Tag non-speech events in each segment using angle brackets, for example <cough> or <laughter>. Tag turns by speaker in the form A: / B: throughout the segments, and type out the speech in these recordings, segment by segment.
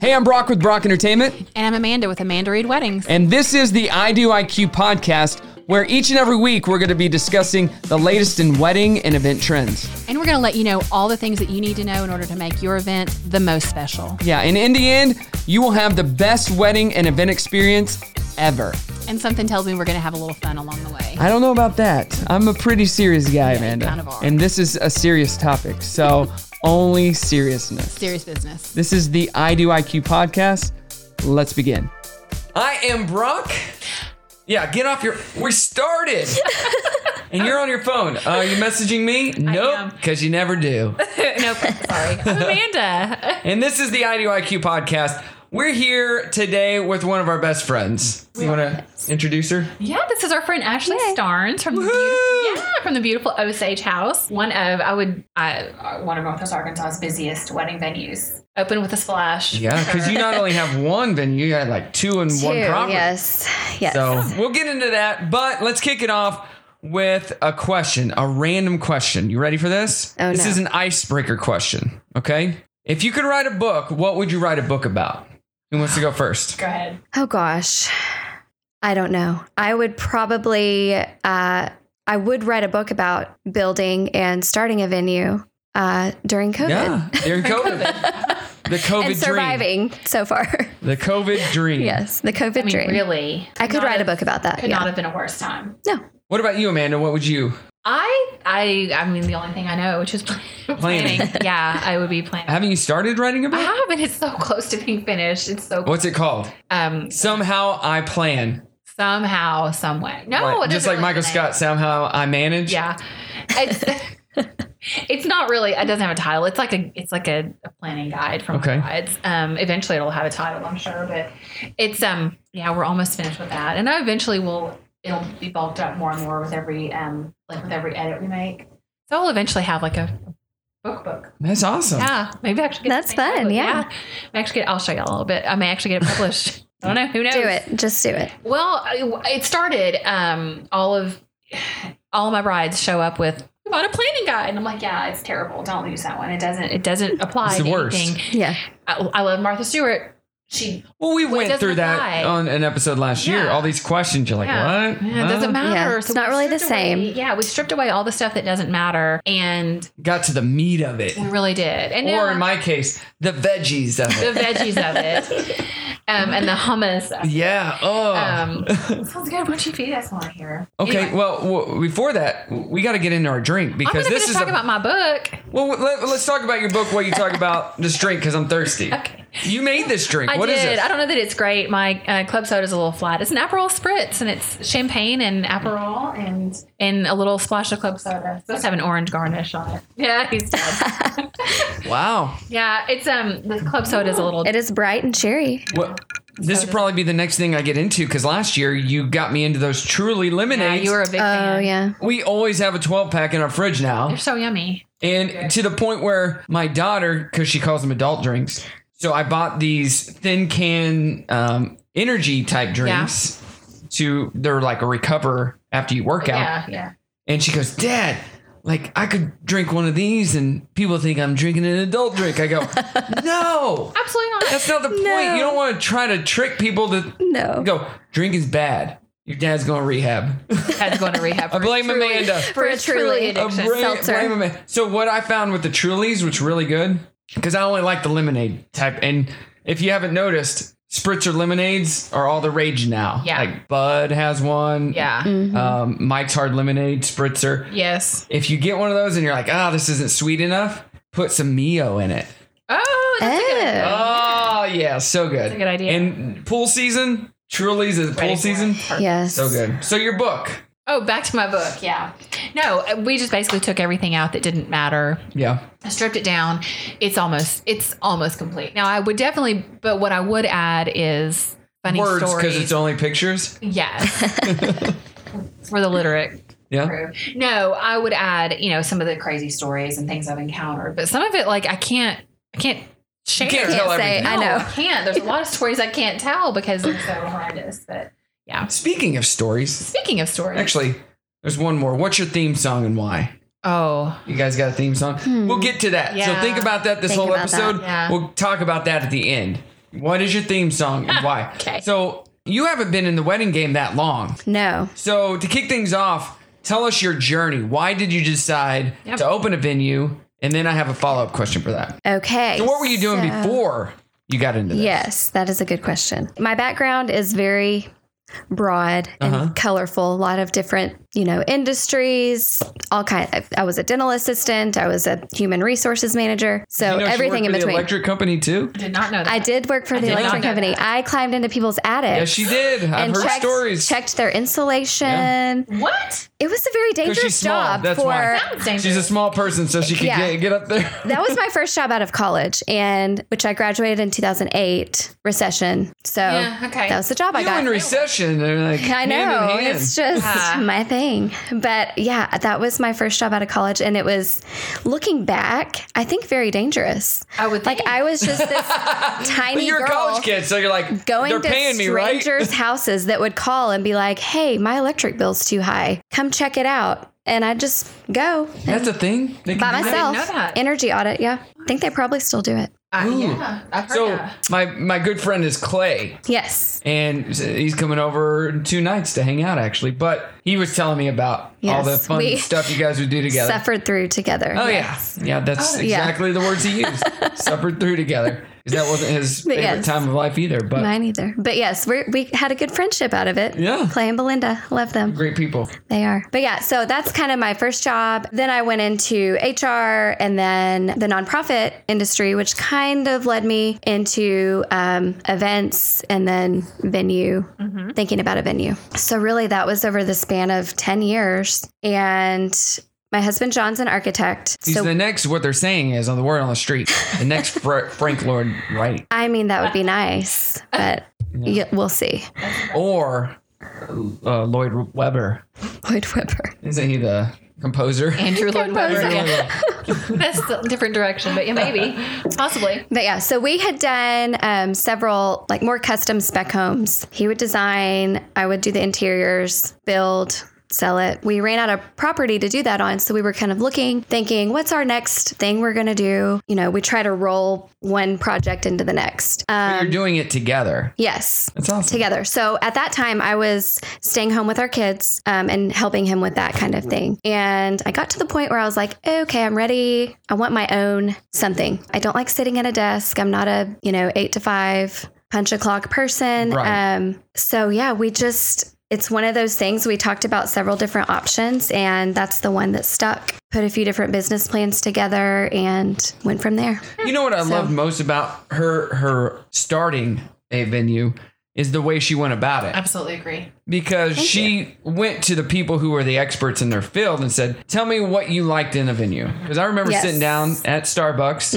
A: Hey, I'm Brock with Brock Entertainment,
B: And I'm Amanda with Amanda Reed Weddings.
A: and this is the I Do IQ podcast, where each and every week we're going to be discussing the latest in wedding and event trends.
B: And we're going to let you know all the things that you need to know in order to make your event the most special.
A: Yeah, and in the end, you will have the best wedding and event experience ever.
B: And something tells me we're going to have a little fun along the way.
A: I don't know about that. I'm a pretty serious guy, Amanda.
B: kind of are.
A: And this is a serious topic, so only seriousness.
B: Serious business.
A: This is the I Do IQ podcast. Let's begin. I am Brock. Yeah, get off your. We started. and you're on your phone. Are you messaging me? Nope, because you never do.
B: nope. Sorry. I'm Amanda.
A: And this is the I Do IQ podcast. We're here today with one of our best friends. You want to introduce her?
C: <laughs> Yeah, this is our friend Ashley Starnes from the
A: Woo!
C: beautiful, yeah, from the beautiful Osage House, one of I would I, uh, one of Northwest Arkansas's busiest wedding venues. Open with a splash.
A: Yeah, because
C: <laughs>
A: you not only have one venue, you have like two in one
D: Two,
A: property.
D: Yes. Yes.
A: So we'll get into that, but let's kick it off with a question, a random question. You ready for this?
D: Oh,
A: this
D: no.
A: is an icebreaker question. Okay. If you could write a book, what would you write a book about? Who wants to go first?
C: Go ahead.
D: Oh gosh. I don't know. I would probably uh I would write a book about building and starting a venue uh during COVID.
A: Yeah, during COVID. The COVID
D: And surviving so far. <laughs>
A: dream. The COVID dream.
D: yes, the COVID
C: I mean,
D: dream.
C: really,
D: I could
C: Not
D: write a
C: have-
D: book about that.
C: Could
D: Yeah.
C: not have been a worse time.
D: No.
A: What about you, Amanda? What would you?
C: I I I mean, the only thing I know, which is <laughs>
A: Planning.
C: planning. yeah, I would be planning.
A: Haven't you started writing a
C: I
A: book?
C: haven't. It's so close to being finished. It's so
A: What's it called?
C: um
A: Somehow I plan.
C: somehow, some way. No,
A: Like-
C: it doesn't
A: just like
C: really
A: Michael
C: matter.
A: Scott. Somehow I manage.
C: Yeah. It's, <laughs> it's not really it doesn't have a title. It's like a it's like a, a planning guide from
A: Okay.
C: guides. Um eventually it'll have a title, I'm sure, but it's um yeah, we're almost finished with that. And I eventually will it'll be bulked up more and more with every um like with every edit we make. So I'll eventually have like a book book.
A: That's awesome.
C: Yeah. Maybe I actually get
D: That's
C: something
D: fun,
C: published.
D: yeah.
C: Maybe I actually get I'll show y'all a little bit. I may actually get it published.
D: <laughs>
C: I don't know. Who knows?
D: Do it. Just do it.
C: Well, I- it started. Um, all of all of my brides show up with "We bought a planning guide, and I'm like, yeah, it's terrible. Don't lose that one. It doesn't. It doesn't apply.
A: It's the
C: to
A: worst.
C: Anything.
D: Yeah.
C: I, I love Martha Stewart. She
A: Well, we
C: Well, it
A: went
C: doesn't
A: through that
C: apply.
A: on an episode last year.
C: Yeah.
A: All these questions, you're like,
C: yeah.
A: what?
C: Yeah, it
A: Huh?
C: doesn't matter.
D: Yeah, it's not
C: we
D: really the
C: stripped away-
D: same.
C: yeah, we stripped away all the stuff that doesn't matter, and
A: Got to the meat of it,
C: we really did. And
A: or
C: now-
A: in my case, the veggies of
C: the
A: it.
C: veggies of
D: <laughs>
C: it, um, and the hummus.
A: yeah. Oh. <laughs>
C: Um, sounds good. Why don't you feed us more here?
A: okay.
C: Anyway,
A: Well, w- before that, we got to get into our drink
C: I'm
A: because
C: gonna
A: this
C: finish
A: is
C: talk
A: a,
C: about my book.
A: well. Let, us talk about your book while you talk about this drink because I'm thirsty.
C: <laughs> Okay.
A: You made this drink.
C: I
A: What
C: did.
A: is it?
C: I don't know that it's great. My uh, club soda's a little flat. It's an Aperol spritz, and it's champagne and Aperol and and a little splash of club soda. It's supposed to have an orange garnish on it. <laughs> Yeah, he's dead. <laughs>
A: Wow.
C: yeah, it's um the club soda's a little.
D: It is bright and cheery.
A: What? This would probably be the next thing I get into because last year you got me into those truly
C: yeah,
A: lemonades.
C: you were a big
D: Oh
C: fan.
D: yeah.
A: we always have a 12 pack in our fridge now.
C: They're so yummy.
A: And to the point where my daughter, because she calls them adult drinks, so I bought these thin can um, energy type drinks to they're like a recover after you work out.
C: Yeah, yeah.
A: And she goes, Dad, like I could drink one of these and people think I'm drinking an adult drink. I go, No,
C: Absolutely not.
A: that's not the point. You don't want to try to trick people to
D: No.
A: go, drinking's bad. Your dad's going to rehab. <laughs>
C: That's going to rehab.
A: I blame
C: <laughs>
A: Amanda.
D: For a
C: his
D: truly
A: A
C: addiction.
A: bra-
D: Seltzer.
A: blame of it. So what I found with the Trulies, which really good, because I only like the lemonade type. And if you haven't noticed, spritzer lemonades are all the rage now.
C: Yeah.
A: like Bud has one.
C: yeah.
A: um, Mike's Hard Lemonade spritzer.
C: Yes.
A: If you get one of those and you're like, ah, this isn't sweet enough, put some Mio in it.
C: Oh, that's a good.
D: Oh.
A: Oh yeah, so good.
C: a good idea.
A: And pool season, Trulies is
C: Ready
A: pool
C: for
A: season.
D: Yes.
A: So good. So your book.
C: Oh, back to my book. Yeah. No, uh, we just basically took everything out that didn't matter.
A: Yeah.
C: I stripped it down. It's almost it's almost complete. Now I would definitely, but what I would add is funny
A: Words because
C: stories.
A: it's only pictures. <laughs>
C: yes, for the literate
A: Yeah.
C: crew. No, I would add you know some of the crazy stories and things I've encountered, but some of it like I can't I can't share.
A: You can't tell
D: Can't say
A: everything.
D: I
C: No,
D: know.
C: I can't. There's a lot of stories I can't tell because they're so horrendous. But yeah.
A: Speaking of stories,
C: Speaking of stories,
A: actually, there's one more. What's your theme song and why?
C: oh
A: You guys got a theme song? We'll get to that. So
C: Yeah.
A: think about that this
D: Think
A: whole
D: about that.
A: episode.
C: Yeah.
A: We'll talk about that at the end. What is your theme song and why?
E: Okay.
A: So you haven't been in the wedding game that long.
D: No.
A: So to kick things off, tell us your journey. Why did you decide
C: Yep.
A: to open a venue? And then I have a follow up question for that.
D: Okay.
A: So what were you doing
D: so-
A: before you got into this?
D: Yes, that is a good question. My background is very broad
A: Uh-huh.
D: and colorful. A lot of different, you know, industries. All kind. I, I was a dental assistant. I was a human resources manager. So
A: You know she
D: everything
A: worked
D: in
A: for the
D: between.
A: electric company too.
C: Did not know that.
D: I did work for the
C: did not
D: electric
C: know
D: company.
C: that.
D: I climbed into people's attics.
A: Yes, she did. I've
D: and
A: heard
D: checked,
A: stories.
D: checked their insulation.
C: What?
D: It was a very
A: 'Cause
D: dangerous
A: she's small,
D: job
A: that's
D: for
A: why.
C: That was dangerous.
A: She's a small person, so she could
D: Yeah.
A: get, get up there.
D: <laughs> that was my first job out of college and which I graduated in 2008 recession. So
C: Yeah, okay.
D: that was the job I
A: you
D: got.
A: in recession. They're like,
D: <laughs> I know.
A: Hand in hand.
D: It's just
C: Yeah.
D: my thing. But yeah, that was my first job out of college. And it was looking back, I think very dangerous.
C: I would
D: Like
C: think.
D: I was just
A: <laughs>
D: this
A: But
D: tiny
A: you're
D: girl
A: a college kid, so you're like
D: going
A: they're
D: to
A: paying me, right? <laughs>
D: strangers' houses that would call and be like, hey, my electric bill's too high. Come check it out. And I'd just go
A: That's a thing. They can
D: by
A: do that?
D: myself.
C: know that.
D: Energy audit. Yeah. I think they probably still do it.
C: I,
A: Ooh.
C: Uh, yeah, I've heard
A: So
D: <laughs>
C: that.
A: my my good friend is Clay,
D: Yes.
A: and he's coming over two nights to hang out actually. But he was telling me about all
D: Yes,
A: the fun
D: we
A: stuff you guys would do together.
D: Suffered through together.
A: oh
D: Yes.
A: yeah, yeah. That's
D: Oh, yeah.
A: exactly the words he
D: <laughs>
A: used. Suffered through together. 'Cause that wasn't his
D: But
A: favorite
D: yes.
A: time of life either. But
D: Mine either. But yes, we we had a good friendship out of it.
A: Yeah.
D: Clay and Belinda. Love them.
A: great people.
D: They are. But yeah, so that's kind of my first job. Then I went into HR and then the nonprofit industry, which kind of led me into um, events and then venue,
A: Mm-hmm.
D: thinking about a venue. So really, that was over the span of 10 years. And my husband, John's an architect.
A: He's
D: so
A: the next. What they're saying is on the word on the street. The next Fra- Frank Lloyd Wright,
D: I mean, that
A: <laughs>
D: would be nice, but yeah, we'll see.
A: or uh, Lloyd Webber.
D: Lloyd Webber.
A: Isn't he the composer? <laughs>
C: Andrew Lloyd Webber.
A: Andrew
C: Yeah.
A: Lloyd Webber.
C: That's a different direction, but yeah, maybe, <laughs> possibly.
D: But yeah, so we had done um, several like more custom spec homes. He would design, I would do the interiors, build, sell it. We ran out of property to do that on, so we were kind of looking, thinking, what's our next thing we're gonna do? You know, we try to roll one project into the next.
A: But
D: Um,
A: you're doing it together.
D: yes.
A: That's awesome.
D: Together. So at that time, I was staying home with our kids um, and helping him with that kind of thing. And I got to the point where I was like, okay, I'm ready. I want my own something. I don't like sitting at a desk. I'm not a, you know, eight to five punch a clock person.
A: Right.
D: Um, so yeah, we just, it's one of those things we talked about several different options, and that's the one that stuck. Put a few different business plans together and went from there.
A: You know what I
D: So-
A: love most about her her starting a venue is the way she went about it
C: Absolutely agree.
A: because she went to the people who were the experts in their field and said, "Tell me what you liked in a venue." Because I remember
D: Yes. Mm-hmm.
A: sitting down at Starbucks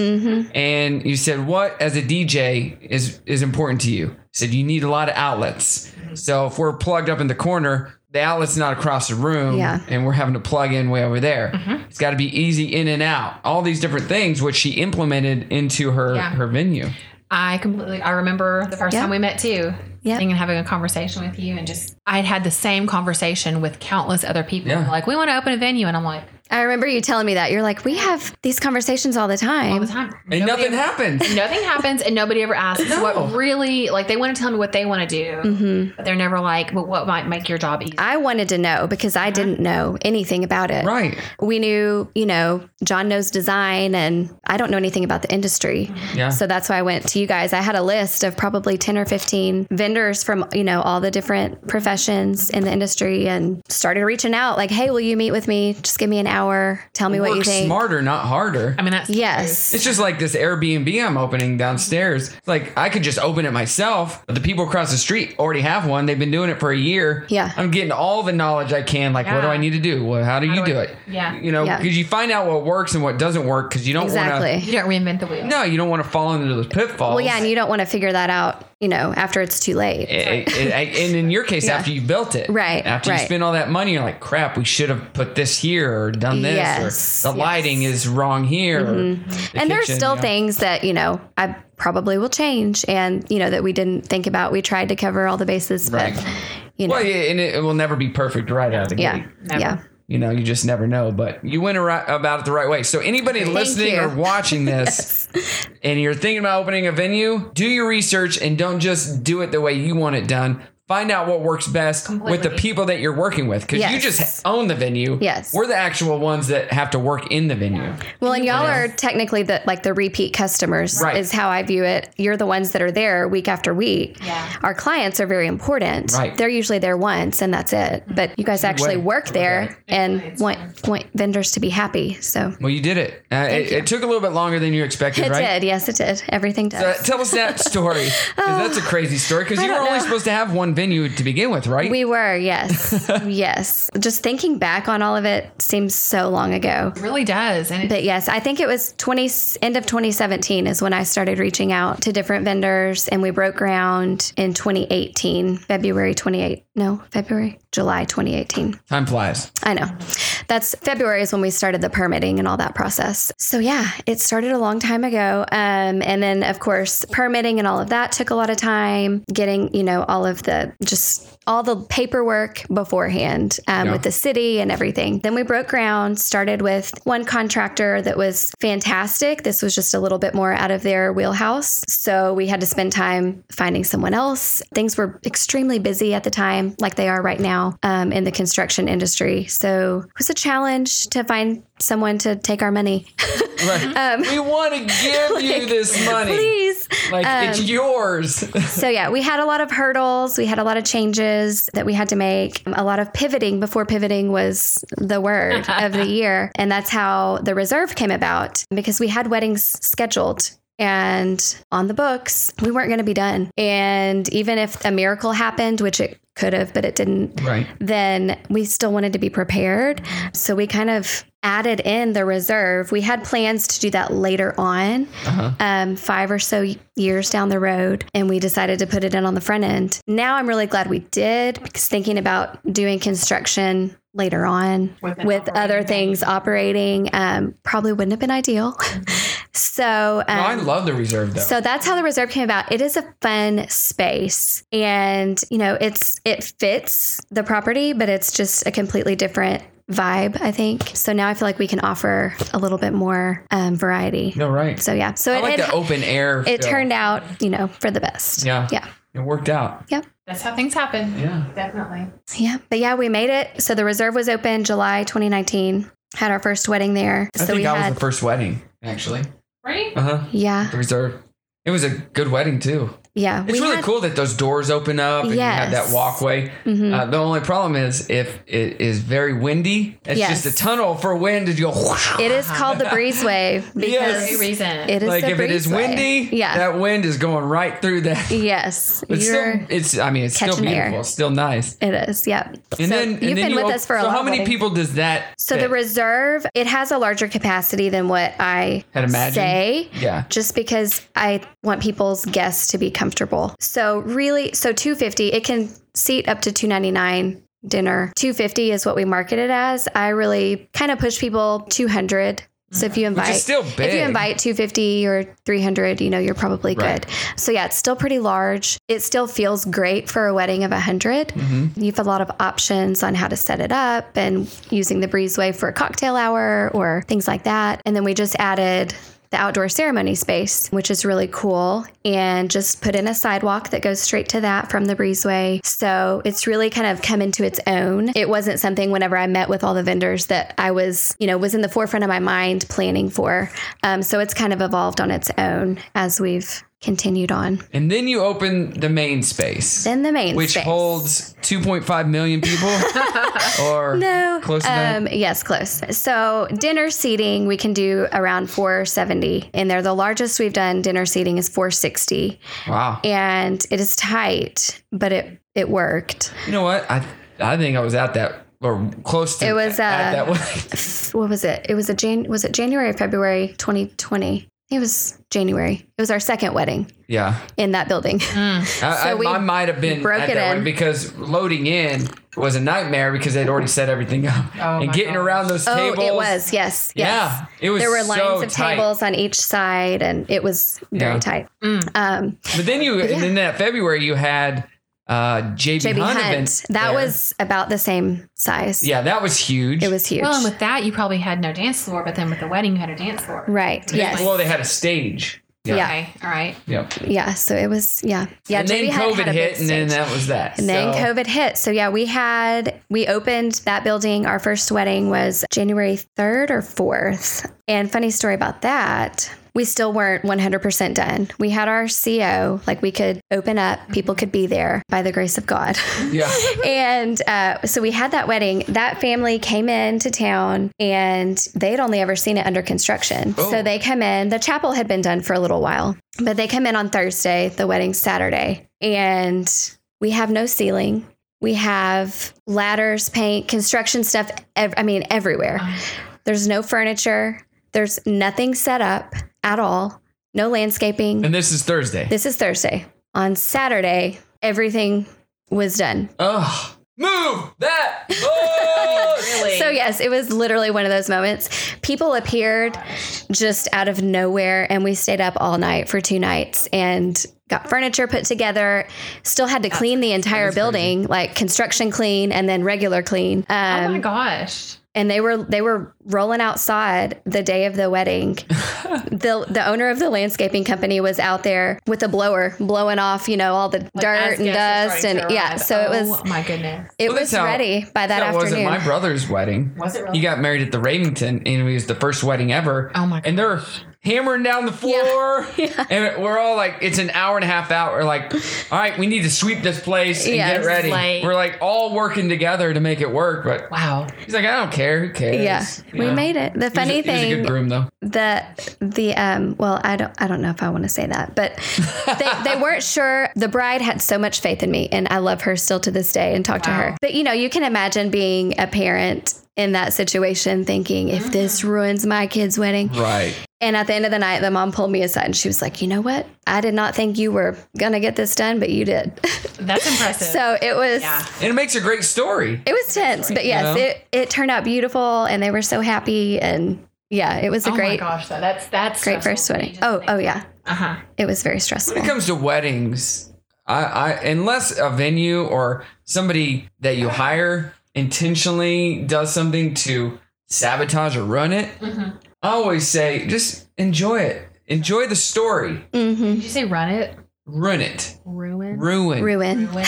A: and you said, "What as a DJ is is important to you?" I said, "You need a lot of outlets." So if we're plugged up in the corner. The outlet's not across the room,
D: Yeah.
A: and we're having to plug in way over there.
C: Mm-hmm.
A: It's got to be easy in and out. All these different things, which she implemented into her
C: Yeah.
A: her venue.
C: I completely. I remember the first
D: Yeah.
C: time we met too.
D: Yeah.
C: sitting And having a conversation with you, and just I'd had the same conversation with countless other people.
A: Yeah.
C: Like we want to open a venue, and I'm like
D: I remember you telling me that. You're like, we have these conversations all the time.
C: all the time,
A: And
C: Nobody
A: nothing
C: ever-
A: happened.
C: <laughs> Nothing happens, and nobody ever asks
A: No.
C: what really like. They want to tell me what they want to do, but they're never like, "But what might make your job easy?"
D: Mm-hmm. I wanted to know because I didn't know anything about it.
A: Uh-huh. Right.
D: We knew, you know, John knows design and I don't know anything about the industry.
A: Yeah.
D: So that's why I went to you guys. I had a list of probably 10 or 15 vendors from, you know, all the different professions in the industry and started reaching out like, hey, will you meet with me? Just give me an hour. Tell me what you
A: Work
D: think.
A: smarter, not harder.
C: I mean, that's
D: Yes.
A: It's just like this Airbnb I'm opening downstairs. It's Like I could just open it myself, but the people across the street already have one. They've been doing it for a year.
D: Yeah.
A: I'm getting all the knowledge I can. Like, what do
C: Yeah.
A: I need to do? Well, how do you
C: do
A: do
C: I-
A: it?
C: Yeah.
A: You know,
D: Yeah.
A: because you find out what works and what doesn't work because you don't
D: Exactly.
A: want
C: You don't reinvent the wheel.
A: to. No, you don't want to fall into those pitfalls.
D: Well, yeah. And you don't want to figure that out, you know, after it's too late.
A: It- it- it- eh, and in your case,
D: Yeah.
A: after you built it,
D: Right,
A: After you
D: right.
A: spend all that money, you're like, "Crap, we should have put this here or done this,
D: Yes,
A: or the
D: yes. Mm-hmm.
A: lighting is wrong here." or the
D: and there's
A: kitchen,
D: still
A: you know.
D: things that you know i probably will change and you know that we didn't think about we tried to cover all the bases
A: Right.
D: but you know
A: Well, yeah, and it, it will never be perfect right out of the
D: yeah
A: gate.
D: yeah
A: you know, you just never know. But you went ar- about it the right way. So anybody listening
D: you.
A: or watching this,
D: <laughs>
A: and you're thinking about opening a venue, do your research and don't just do it the way you want it done. Find out what works best with the
C: Completely.
A: people that you're working with because you
D: Yes.
A: just own the venue.
D: Yes.
A: We're the actual ones that have to work in the venue.
D: Well, and y'all are technically the like the repeat customers
A: Right.
D: is how I view it. You're the ones that are there week after week.
C: Yeah.
D: Our clients are very important.
A: Right.
D: They're usually there once and that's it. But you guys actually
A: way.
D: work
A: Okay.
D: there and want, want vendors to be happy. So
A: Well, you did it. Uh, it, it took a little bit longer than you expected,
D: it
A: right?
D: did. Yes, it did. Everything
A: Uh,
D: does.
A: tell us that story.
D: <laughs>
A: 'cause that's a crazy story because you were
D: don't
A: only
D: know.
A: supposed to have one venue to begin with, right?
D: we were, yes. yes. Just thinking back on all of it seems so long ago.
C: It really does. And it,
D: But yes, I think it was 20 end of 2017 is when I started reaching out to different vendors and we broke ground in 2018, February 28. No, February, July 2018.
A: Time flies.
D: I know. That's February is when we started the permitting and all that process. So yeah, it started a long time ago. Um, and then of course permitting and all of that took a lot of time. Getting you know all of the just all the paperwork beforehand um,
A: Yeah.
D: with the city and everything. Then we broke ground. Started with one contractor that was fantastic. This was just a little bit more out of their wheelhouse. So we had to spend time finding someone else. Things were extremely busy at the time, like they are right now um, in the construction industry. So it was a challenge to find someone to take our money. <laughs>
A: Right. we want to give you this money.
D: Um, Please. um,
A: Like it's yours. <laughs>
D: So, yeah, we had a lot of hurdles. We had a lot of changes that we had to make, a lot of pivoting before pivoting was the word of the year. And that's how the reserve came about because we had weddings scheduled. And on the books, we weren't going to be done. And even if a miracle happened, which it could have, but it didn't,
A: right.
D: then we still wanted to be prepared. So we kind of added in the reserve. We had plans to do that later on,
A: Uh-huh.
D: um, five or so years down the road, and we decided to put it in on the front end. Now I'm really glad we did because thinking about doing construction later on
C: With
D: with,
C: an operating
D: other
C: thing.
D: things operating um, probably wouldn't have been ideal. <laughs> so um,
A: No, I love the reserve though.
D: so that's how the reserve came about. It is a fun space and you know, it's it fits the property, but it's just a completely different vibe, I think. So now I feel like we can offer a little bit more um, variety.
A: no, right.
D: So yeah. So
A: I
D: it
A: like
D: it,
A: the open air.
D: it turned out, you know, for the best.
A: Yeah.
D: Yeah.
A: It worked out.
C: that's how things happen.
A: Yeah.
C: Definitely.
D: Yeah. But yeah, we made it. So the reserve was open July 2019. Had our first wedding there.
A: I
D: so
A: think
D: we
A: I
D: had
A: was the first wedding, actually.
C: Right?
A: Uh huh.
D: Yeah.
A: The reserve. It was a good wedding too.
D: Yeah.
A: It's
D: we
A: really
D: had,
A: cool that those doors open up and you have that
D: Yes.
A: walkway.
D: Mhm.
A: Uh, the only problem is if it is very windy, it's
D: Yes.
A: just a tunnel for wind to go.
D: It is called
A: <laughs>
D: the breezeway
A: Yes.
D: because
C: Great reason.
D: it is
A: like
D: the
A: if it is
D: breezeway.
A: windy,
D: Yeah.
A: that wind is going right through that.
D: Yes,
A: It's
D: you're.
A: still, it's. I mean, it's still
D: catching air.
A: beautiful. It's still nice.
D: it is. Yep.
A: And
D: so
A: then and then
D: you've been
A: you
D: with
A: op-
D: us for a
A: so
D: long
A: how many
D: wedding.
A: people does that?
D: So the
A: fit?
D: reserve it has a larger capacity than what I
A: Had imagined.
D: say.
A: Yeah.
D: Just because I want people's guests to be comfortable. So really, so 250 it can seat up to 299 dinner. 250 is what we market it as. I really kind of push people 200. So if you invite,
A: still
D: if you
A: big.
D: invite 250 or 300, you know you're probably
A: Right.
D: good. So yeah, it's still pretty large. It still feels great for a wedding of 100. You have a lot of options on how to set it up and using the breezeway for a cocktail hour or things like that. And then we just added the outdoor ceremony space, which is really cool, and just put in a sidewalk that goes straight to that from the breezeway. So it's really kind of come into its own. It wasn't something whenever I met with all the vendors that I was, you know, was in the forefront of my mind planning for. Um, so it's kind of evolved on its own as we've continued on.
A: And then you open the main space,
D: Then the main
A: which
D: space.
A: holds 2.5 million
D: <laughs>
A: people, or
D: No.
A: close to that.
D: um, Yes, close. So dinner seating we can do around 470 in there. The largest we've done dinner seating is 460,
A: Wow.
D: and it is tight, but it it worked.
A: You know what? I I think I was at that or close to.
D: It was,
A: at
D: uh,
A: that wedding.
D: What was it? It was a Jan. Was it January or February 2020? It was January. It was our second wedding
A: <laughs> yeah.
D: in
A: <laughs>
D: that building.
C: Hmm.
A: I, I,
D: we
A: I might have been
D: broke
A: at
D: it
A: that
D: in.
A: one because loading in was a nightmare because they'd already set everything up
C: Oh
A: and
C: my
A: getting
C: gosh.
A: around those
D: oh,
A: tables.
D: it was. Yes.
A: Yeah,
D: Yes.
A: it was.
D: There were lines
A: so
D: of
A: tight.
D: tables on each side, and it was very
A: Yeah.
D: tight. Um,
A: But then you, and then that February you had uh, JB,
D: JB
A: Hunt,
D: Hunt.
A: event.
D: that
A: there.
D: was about the same size.
A: yeah, that was huge.
D: It was huge.
C: Well, and with that, you probably had no dance floor, but then with the wedding, you had a dance floor.
D: right. Yes.
A: Well, they had a stage.
D: Yeah.
C: Okay. All right.
A: Yeah.
D: yeah. So it was, yeah. Yeah.
A: And then
D: JB Hunt
A: COVID
D: had a big
A: hit, and then
D: stage.
A: that was that.
D: And then
A: So-
D: COVID hit. So yeah, we had we opened that building. Our first wedding was January 3rd or 4th. And funny story about that, we still weren't 100% done. We had our CO, like we could open up, people could be there by the grace of God. <laughs>
A: Yeah.
D: and uh, so we had that wedding. That family came into town and they'd only ever seen it under construction.
A: Oh.
D: So they come in, the chapel had been done for a little while, but they come in on Thursday, the wedding Saturday, and we have no ceiling. We have ladders, paint, construction stuff. Ev- I mean, everywhere.
C: Um,
D: There's no furniture. There's nothing set up at all. No landscaping.
A: And this is
D: <laughs>
A: Thursday.
D: This is Thursday. On Saturday, everything was done.
A: Ugh. Move
D: <laughs>
A: that. Oh!
C: Really?
D: So, yes, it was literally one of those moments. People appeared just out of nowhere, and we stayed up all night for two nights and got furniture put together. Still had to clean the entire building, like construction clean and then regular clean. Um,
C: oh my gosh.
D: and they were they were rolling outside the day of
C: <laughs>
D: the wedding. the The owner of the landscaping company was out there with a blower blowing off, you know, all the dirt
C: As guests are
D: and dust,
C: starting
D: and
C: to
D: yeah.
C: arrive.
D: So it was
C: Oh my goodness.
D: it
A: Well, that's
D: was
A: how-
D: ready by that,
A: that wasn't
D: afternoon.
A: my brother's wedding.
C: Was it really?
A: He got married at the Ravington, and it was the first wedding ever.
C: Oh my
A: And they're hammering down the
D: <laughs>
A: floor, and we're all like, "It's an hour and a half out." We're like, "All right, we need to sweep this place and
D: Yeah,
A: get
D: it's
A: ready."
C: like-
A: we're like all working together to make it work, but
C: Wow.
A: he's like, "I don't care. Who cares?"
D: yeah,
A: You
D: we
A: know?
D: made it. The
A: He was a-
D: funny
A: he was a
D: thing
A: good groom
D: <laughs>
A: though.
D: the the um well I don't I don't know if I want to say that but they, they weren't sure the bride had so much faith in me and I love her still to this day and talk to her but you know you can imagine being a parent in that situation thinking if this ruins my kid's wedding
A: Right.
D: and at the end of the night the mom pulled me aside and she was like you know what I did not think you were gonna get this done but you did <laughs>
C: That's impressive.
D: so it was
C: yeah.
A: And it makes a great story.
D: it was tense but yes
A: Yeah.
D: it it turned out beautiful and they were so happy and yeah it was a
C: oh
D: great
C: my gosh. Though. That's that's
D: great first wedding oh oh yeah
C: Uh huh.
D: it was very
A: <laughs>
D: stressful.
A: When it comes to weddings, I, I unless a venue or somebody that you hire intentionally does something to sabotage or run it,
C: Mhm.
A: I always say just enjoy it. Enjoy the story.
D: Mm-hmm.
C: Did you say run it?
A: Run it.
C: Ruin.
A: Ruin.
D: Ruin.
C: Ruin.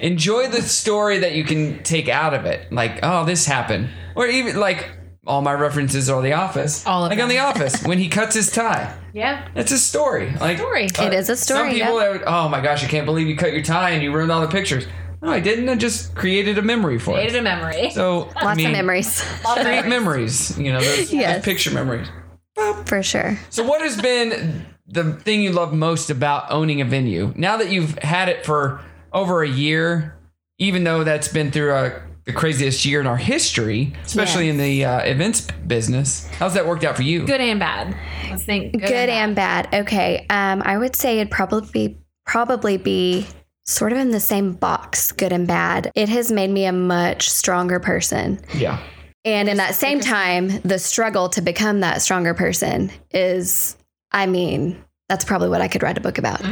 A: Enjoy the story that you can take out of it. Like, oh, this happened. Or even like all my references are the office.
C: All of
A: like on
C: them.
A: the
C: <laughs>
A: office when he cuts his tie.
C: yeah.
A: It's a story. Like uh,
C: Story.
D: It is a
A: Some
D: story.
A: people,
D: yeah.
A: are, oh my gosh, I can't believe you cut your tie and you ruined all the pictures. No, I didn't. I just created a memory for
C: Created
A: it.
C: a memory.
A: So
D: Lots of memories <laughs>
C: Lot of
A: Create
C: memories.
A: memories, you know, those,
D: Yes.
A: those picture memories.
D: for sure.
A: So, what has been the thing you love most about owning a venue? Now that you've had it for over a year, even though that's been through a, the craziest year in our history, especially in the uh, events business, how's that worked out for you?
C: Good and bad. Let's think. Good,
D: Good and bad. Okay. Um, I would say it'd probably be, probably be sort of in the same box, good and bad. It has made me a much stronger person.
A: Yeah.
D: And in that same time, the struggle to become that stronger person is, I mean, that's probably what I could write a book about.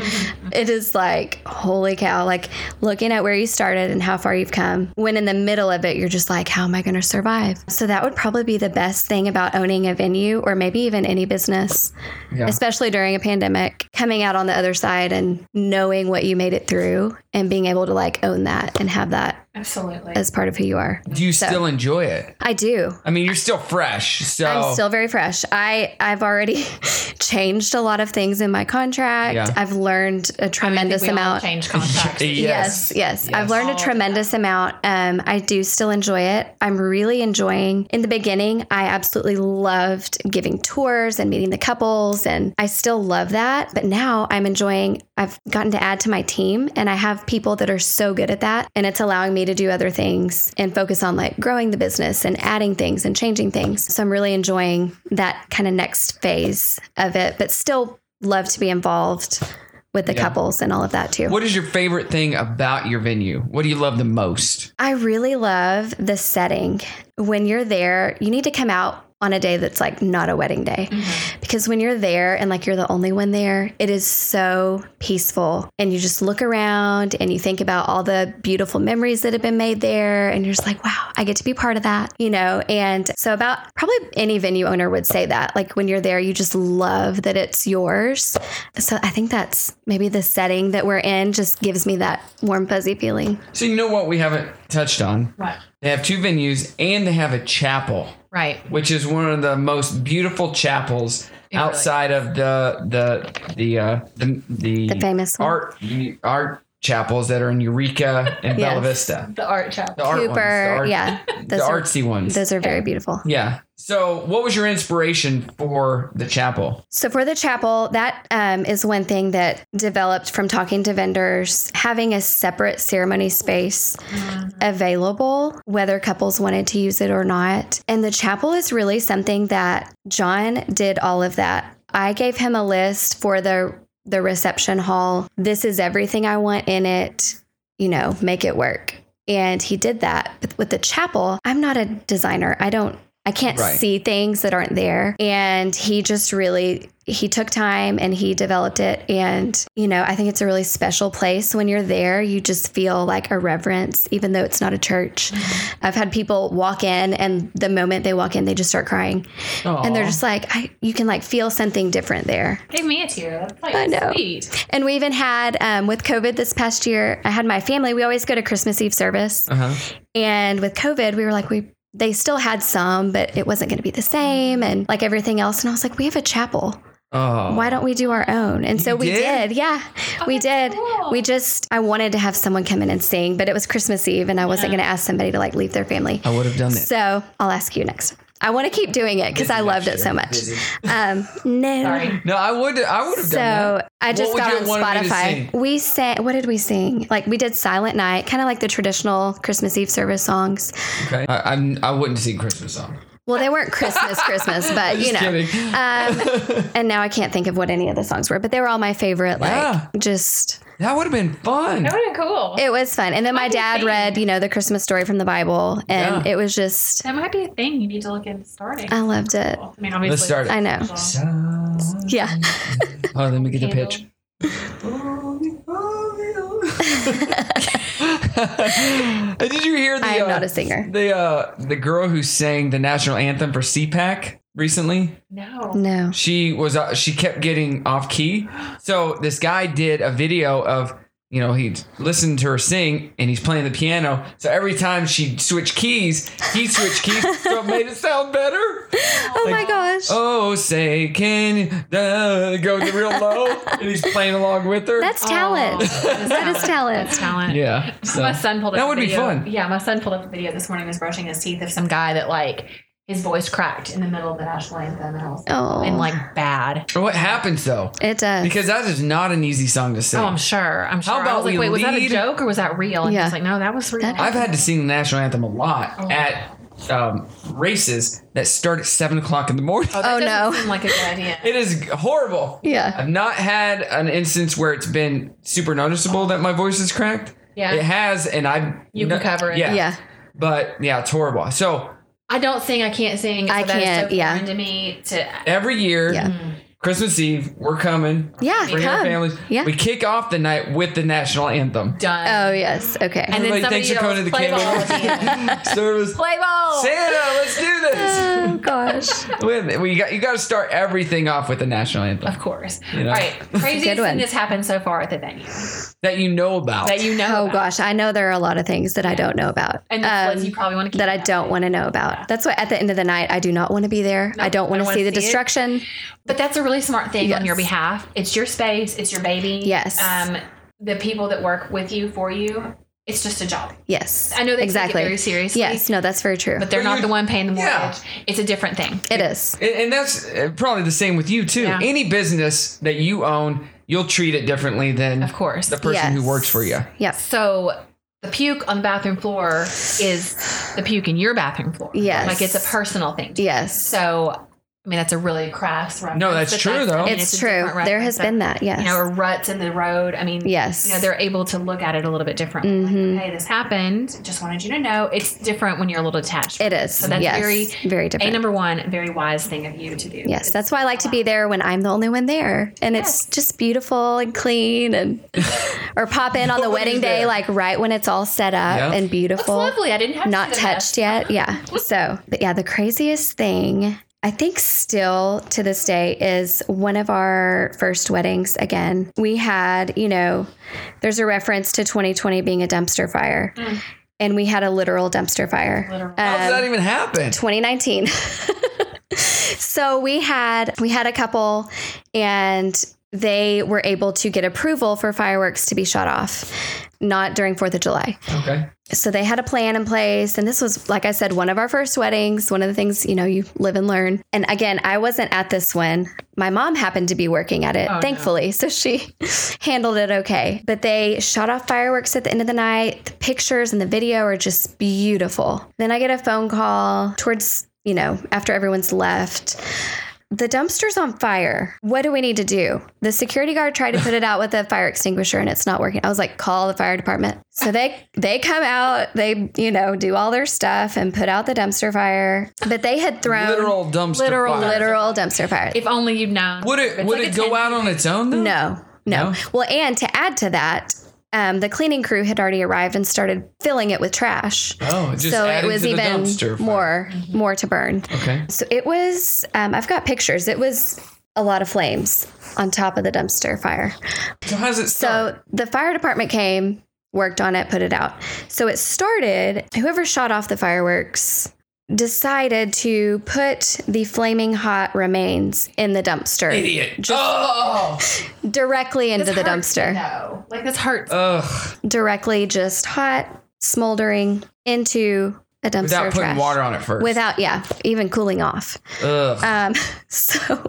D: It is like, holy cow, like looking at where you started and how far you've come. When in the middle of it, you're just like, how am I going to survive? So that would probably be the best thing about owning a venue or maybe even any business,
A: Yeah.
D: especially during a pandemic, coming out on the other side and knowing what you made it through and being able to like own that and have that
C: Absolutely.
D: as part of who you are.
A: Do you still enjoy it?
D: I do.
A: I mean, you're still fresh. So,
D: I'm still very fresh. I I've already <laughs> changed a lot of things in my contract.
A: Yeah.
D: I've learned a tremendous amount.
C: Change contracts.
D: Yes, yes, I've
A: Yes.
D: learned
C: All
D: a
C: of
D: tremendous amount. Um, I do still enjoy it. I'm really enjoying. In the beginning, I absolutely loved giving tours and meeting the couples, and I still love that. But now I'm enjoying. I've gotten to add to my team, and I have people that are so good at that, and it's allowing me to do other things and focus on like growing the business and adding things and changing things. So I'm really enjoying that kind of next phase of it, but still love to be involved. With the
A: Yeah.
D: couples and all of that too.
A: What is your favorite thing about your venue? What do you love the most?
D: I really love the setting. When you're there, you need to come out on a day that's like not a wedding day. Because when you're there and like you're the only one there, it is so peaceful. And you just look around and you think about all the beautiful memories that have been made there. And you're just like, wow, I get to be part of that, you know? And so, about probably any venue owner would say that. Like when you're there, you just love that it's yours. So, I think that's maybe the setting that we're in just gives me that warm, fuzzy feeling.
A: So you know what we haven't touched on?
C: Right.
A: They have two venues and they have a chapel,
C: Right.
A: which is one of the most beautiful chapels
C: It really
A: outside of the the the uh, the, the
D: The famous one.
A: art art chapels that are in Eureka and Bella
D: Yes.
A: Vista.
C: The art chapel.
A: The art ones, the
D: Cooper.
A: art-
D: yeah.
A: the
D: Those are,
A: artsy ones.
D: those are very beautiful.
A: yeah. So what was your inspiration for the chapel?
D: So for the chapel, that um, is one thing that developed from talking to vendors. Having a separate ceremony space
C: Mm.
D: available, whether couples wanted to use it or not, and the chapel is really something that John did all of that. I gave him a list for the the reception hall. This is everything I want in it. You know, make it work. And he did that. But with the chapel, I'm not a designer. I don't I can't
A: Right.
D: see things that aren't there. And he just really he took time and he developed it and you know, I think it's a really special place when you're there. You just feel like a reverence even though it's not a church.
A: Mm-hmm.
D: I've had people walk in and the moment they walk in they just start crying. And they're
A: Aw.
D: just like I, you can like feel something different there.
C: Gave me a tear. That's like
D: I know.
C: sweet.
D: And we even had um, with COVID this past year, I had my family. We always go to Christmas Eve service,
A: uh-huh.
D: and with COVID, we were like we. They still had some, but it wasn't going to be the same, and like everything else. And I was like, we have a chapel.
A: Oh.
D: Why don't we do our own? And so
A: You
D: we
A: did?
D: did. Yeah, we
C: Oh, that's
D: did.
C: cool.
D: We just, I wanted to have someone come in and sing, but it was Christmas Eve, and I wasn't
C: Yeah.
D: going to ask somebody to like leave their family.
A: I would have done that.
D: So I'll ask you next. I want to keep doing it because I loved it so much. Um, no.
C: Sorry.
A: No, I would I would have done that.
D: So I just
A: would
D: got
A: you
D: on
A: want me to sing?
D: Spotify. We sang. What did we sing? Like we did "Silent Night," kind of like the traditional Christmas Eve service songs.
A: Okay. I, I'm. I wouldn't sing Christmas song.
D: Well, they weren't Christmas,
A: <laughs>
D: Christmas, but you
A: Just
D: know.
A: kidding. <laughs>
D: Um, and now I can't think of what any of the songs were, but they were all my favorite. Like
A: Yeah.
D: just
A: That would have been fun.
C: That would have been cool.
D: it was fun. And then my
C: can
D: dad
C: sing.
D: read, you know, the Christmas story from the Bible, and
A: Yeah.
D: it was just
C: that might be a thing you need to look into starting.
D: I loved it.
C: I mean, obviously.
A: Let's start it.
D: Uh, I know.
C: Well,
D: Yeah.
A: <laughs> Oh, let me get the pitch. <laughs> Did you hear the?
D: I am
A: uh,
D: not a singer.
A: The uh, the girl who sang the national anthem for CPAC recently,
C: No.
D: No.
A: she was uh, she kept getting off key. So this guy did a video of you know he listened to her sing and he's playing the piano. So every time she switched keys, he switched keys, so it made it sound better.
D: Oh my gosh.
A: Oh, say can you uh, go the real low? and he's playing along with her.
D: That's talent. That is talent.
C: That's Oh, talent.
A: yeah. so-
C: My son pulled up.
A: That
C: a
A: would be
C: video.
A: fun.
C: Yeah, my son pulled up a video this morning. He was brushing his teeth of some guy that like his voice cracked in the middle of the national anthem and I was
D: Oh,
C: and like bad.
A: What happens though?
D: it does.
A: Because that is not an easy song to sing.
C: Oh, I'm sure. I'm sure. I
A: about
C: was like,
A: we
C: wait, was that a
A: lead-
C: joke or was that real? And he
D: Yeah.
C: was like, no, that was real.
D: That-
A: I've had to sing the national anthem a lot
C: Oh.
A: at um, races that start at seven o'clock in the morning.
C: That
D: Oh,
C: doesn't
D: no.
C: seem like a good idea.
A: It is horrible.
D: Yeah.
A: I've not had an instance where it's been super noticeable that my voice is cracked.
C: Yeah.
A: It has, and I
C: You can cover it.
A: Yeah.
D: yeah.
A: But yeah, it's horrible. So
C: I don't sing. I can't sing. So
D: I
C: that is
D: can't,
C: So
D: yeah.
C: foreign To me, to
A: every year,
D: Yeah.
A: Christmas Eve, we're coming.
D: Yeah,
A: Bring our
D: come.
A: families.
D: Yeah.
A: We kick off the night with the national
C: <laughs>
A: anthem.
C: done.
D: Oh yes. Okay.
C: and then
A: Everybody,
C: somebody
A: thanks for coming to the
C: yells, play ball. at the end.
A: Service.
C: play
A: <laughs>
C: ball.
A: Santa, let's do
C: <laughs>
A: this.
D: oh gosh.
A: Wait, we got you got to start everything off with the national
C: Of
A: anthem
C: course.
A: know.
C: All right. Craziest
D: Good one.
C: thing that's happened so far at the venue
A: that you know about.
C: that you know.
D: Oh
C: about.
D: gosh. I know there are a lot of things that I don't know about.
C: And that's ones
D: um,
C: you probably want to keep
D: that I
C: an eye
D: don't want to know about. That's why at the end of the night I do not want to be there. I don't want
C: I
D: to
C: don't
D: see the
C: wanna see it.
D: destruction.
C: But that's a really smart thing on
D: Yes.
C: your behalf. It's your space. It's your baby.
D: Yes.
C: Um, the people that work with you for you. It's just a job.
D: Yes.
C: I know they
D: exactly.
C: take it very seriously.
D: Yes. No, that's very true.
C: But they're
A: But
C: not
A: you-
C: the one paying the mortgage.
A: yeah.
C: It's a different thing.
D: it is.
A: And, and that's uh, probably the same with you too.
C: Yeah.
A: Any business that you own, you'll treat it differently than
C: Of course.
A: the person who
D: Yes.
A: works for you.
D: Yep.
C: So the puke on the bathroom floor is the puke in your bathroom floor.
D: Yes.
C: Like it's a personal thing.
D: Yes.
C: So I mean, that's a really crass reference.
A: No, that's
C: but
A: true, though.
C: I mean,
D: it's
C: a
D: true.
C: different
D: There
C: reference
D: has been that. Yes.
C: you know, or ruts in the road. I mean,
D: Yes.
C: you know, they're able to look at it a little bit differently.
D: Mhm.
C: Like, okay, this happened. Just wanted you to know it's different when you're a little attached.
D: it is.
C: So that's
D: yes.
C: very
D: very
C: a
D: different.
C: number one, very wise thing of you to do.
D: yes. That's why I like to be there when I'm the only one there, and it's just beautiful and
C: <laughs>
D: clean, and or pop in on the
A: Nobody's
D: wedding day,
A: there.
D: like right when it's all set up
A: Yeah.
D: and
C: Looks
D: beautiful.
C: lovely. I didn't have to
D: not
C: do that.
D: touched yet. Yeah. So, but yeah, the craziest thing I think still to this day is one of our first weddings. Again, we had, you know, there's a reference to 2020 being a dumpster fire,
C: Mm.
D: and we had a literal dumpster fire.
C: Literal.
A: How does
D: Um,
A: that even happen?
D: 2019. <laughs> so we had we had a couple and they were able to get approval for fireworks to be shot off not during 4th of July
A: Okay.
D: so they had a plan in place and this was like i said one of our first weddings one of the things you know you live and learn and again i wasn't at this one my mom happened to be working at it
C: Oh, no.
D: thankfully so she <laughs> handled it okay but they shot off fireworks at the end of the night the pictures and the video are just beautiful then i get a phone call towards you know after everyone's left the dumpster's on fire. What do we need to do? The security guard tried to put it out with a fire extinguisher and it's not working. I was like, call the fire department. So they they come out, they, you know, do all their stuff and put out the dumpster fire. But they had thrown
A: Literal dumpster
C: literal,
A: fire.
D: literal dumpster fire.
C: If only you'd known.
A: Would it
C: It's
A: would
C: like
A: it
C: a
A: go
C: 10
A: out on its own though?
D: No, no,
A: No?
D: Well, and to add to that, um, the cleaning crew had already arrived and started filling it with trash.
A: Oh, it just
D: so it
A: added
D: was
A: to the
D: even
A: dumpster fire.
D: more more to burn.
A: Okay.
D: So it was, um, I've got pictures. It was a lot of flames on top of the dumpster fire.
A: So how's it start?
D: So the fire department came, worked on it, put it out. So it started, whoever shot off the fireworks decided to put the flaming hot remains in the dumpster
A: Idiot. oh.
D: directly into
C: This
D: the
C: hurts to
D: dumpster.
C: know. Like this hurts.
A: Ugh.
D: Directly just hot, smoldering into a dumpster
A: Without
D: of
A: putting
D: trash.
A: water on it first.
D: Without, yeah, even cooling off.
A: Ugh.
D: Um, <laughs> so,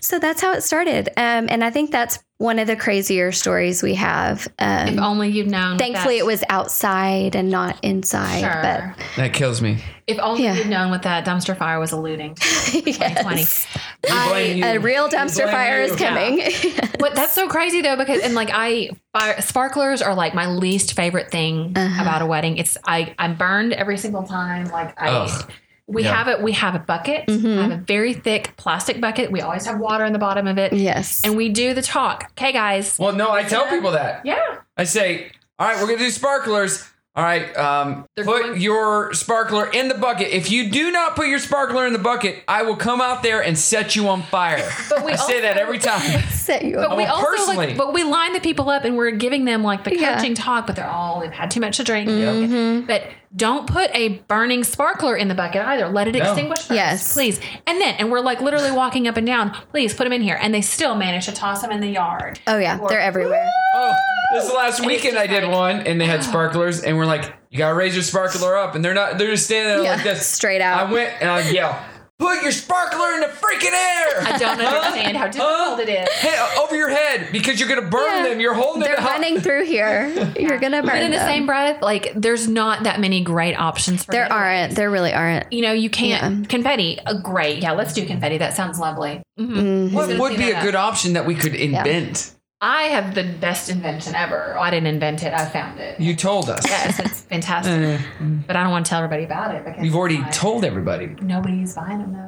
D: so that's how it started. Um, and I think that's one of the crazier stories we have.
C: if
D: Um,
C: only you'd known.
D: thankfully,
C: that-
D: it was outside and not inside.
C: Sure.
A: that kills me.
C: if only
D: Yeah.
C: you'd known what that dumpster fire was alluding. to
D: But <laughs> yes,
C: 2020.
A: We blame
D: a
A: you.
D: real
A: We
D: dumpster
A: blame
D: fire
A: you.
D: is coming. <laughs>
C: But that's so crazy though, because and like I fire, sparklers are like my least favorite thing
D: Uh-huh.
C: about a wedding. It's I I'm burned every single time. Like I.
A: Ugh.
C: We
A: Yeah.
C: have it. We have a bucket.
D: Mhm.
C: I have a very thick plastic bucket. We always have water in the bottom of it,
D: yes.
C: and we do the talk. Okay, guys.
A: Well, no, I tell people that.
C: Yeah.
A: I say, all right, we're gonna do sparklers. All right, um, put
C: They're going-
A: your sparkler in the bucket. If you do not put your sparkler in the bucket, I will come out there and set you on fire.
C: But we
A: I say that
C: also-
A: every time.
D: Set you
C: But
A: Oh,
D: up.
C: we
A: well,
C: also
A: personally.
C: like, but we line the people up, and we're giving them like the
D: Yeah.
C: coaching talk. But they're all they've had too much to drink.
D: Mhm.
C: But don't put a burning sparkler in the bucket either. Let it
A: No.
C: extinguish first,
D: Yes.
C: please. And then, and we're like literally walking up and down. Please put them in here, and they still manage to toss them in the yard.
D: Oh yeah,
C: Or-
D: they're everywhere.
A: Oh, this is the last weekend I
C: just
A: did
C: like-
A: one, and they had sparklers, and we're like, "You gotta raise your sparkler up," and they're not—they're just standing there like
D: Yeah,
A: this.
D: straight
A: I
D: out.
A: went and I yell, "Put your sparkler in the freaking air!"
C: I
A: <laughs>
C: don't understand how difficult it
D: <laughs>
C: is.
A: Hey, over your head because you're gonna burn
D: Yeah.
A: them. You're holding
D: They're
A: it up.
D: running through
C: <laughs>
D: here. You're gonna burn
C: But in the
D: them.
C: same breath, like there's not that many great options for
D: there
C: giveaways.
D: aren't. There really aren't.
C: You know, you can't confetti. Uh, great, yeah, let's do confetti. That sounds lovely.
D: Mhm.
A: What
C: gonna
A: would
C: see
A: be a
C: that?
A: good option that we could invent?
C: I have the best invention ever. Oh, I didn't invent it. I found
A: <laughs>
C: it.
A: You told us.
C: yes, it's fantastic.
A: Eh,
C: But I don't want to tell everybody about it because
A: We've already
C: like,
A: told everybody.
C: nobody's buying them though.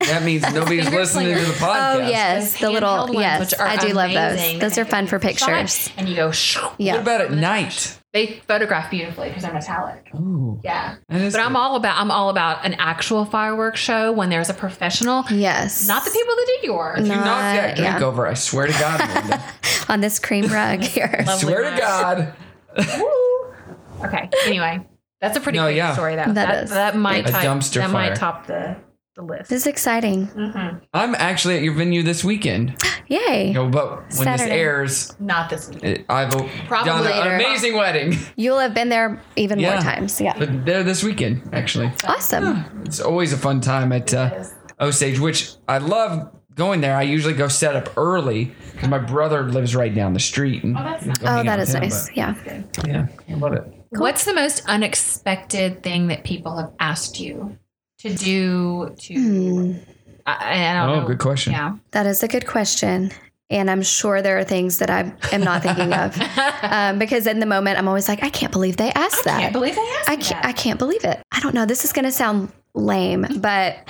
A: That
D: <laughs>
A: means nobody's
C: Finger
A: listening to the
C: slingers.
A: podcast.
D: Oh yes,
C: Those
D: the
C: handheld
D: little
C: ones,
D: yes.
C: which are
D: I do love
C: amazing.
D: those. Those are fun for
C: Shot,
D: pictures.
C: and you go. shoo.
A: What
D: Yeah.
A: about at night?
C: They photograph beautifully because they're metallic.
A: Oh,
C: Yeah.
A: that is
C: But I'm
A: good.
C: all about I'm all about an actual fireworks show when there's a professional,
D: Yes.
C: not the people that did yours.
A: Do not
D: not-
A: that drink
D: yeah.
A: over. I swear to God, Melinda.
D: <laughs> on this cream
C: <laughs>
D: rug here.
C: Lovely
A: swear to
C: night.
A: God.
C: Okay. Anyway, that's a pretty
A: No,
C: good
A: yeah.
C: story though.
D: That
C: that,
D: is.
C: that might
A: A
C: type,
A: dumpster
C: that
A: fire.
C: might top the the list.
D: This is exciting.
C: Mhm.
A: I'm actually at your venue this weekend.
D: Yay.
A: You know, but when this
D: Saturday.
A: airs,
C: Not this week.
A: it, I've o-
C: Probably
A: done an
D: later.
A: amazing wedding. <laughs>
D: You'll have been there even
A: Yeah.
D: more times. Yeah.
A: But they're this weekend, actually.
D: Awesome.
A: It's always a fun time at uh, Osage, which I love going there. I usually go set up early because my brother lives right down the street. And
C: Oh, that's
A: we go
D: Oh,
A: hang out
D: that
A: with
D: is
A: him,
D: nice. Yeah.
A: but yeah, I love it.
C: What's the most unexpected thing that people have asked you to do to
D: Hmm.
C: I, I don't
A: Oh,
C: know.
A: good question.
C: Yeah.
D: That is a good question. And I'm sure there are things that I am not
A: <laughs>
D: thinking of um, because in the moment I'm always like, I can't believe they asked that.
C: I can't believe they asked
D: I
C: me
D: can't,
C: that.
D: I can't believe it. I don't know. This is going to sound
A: <laughs>
D: lame, but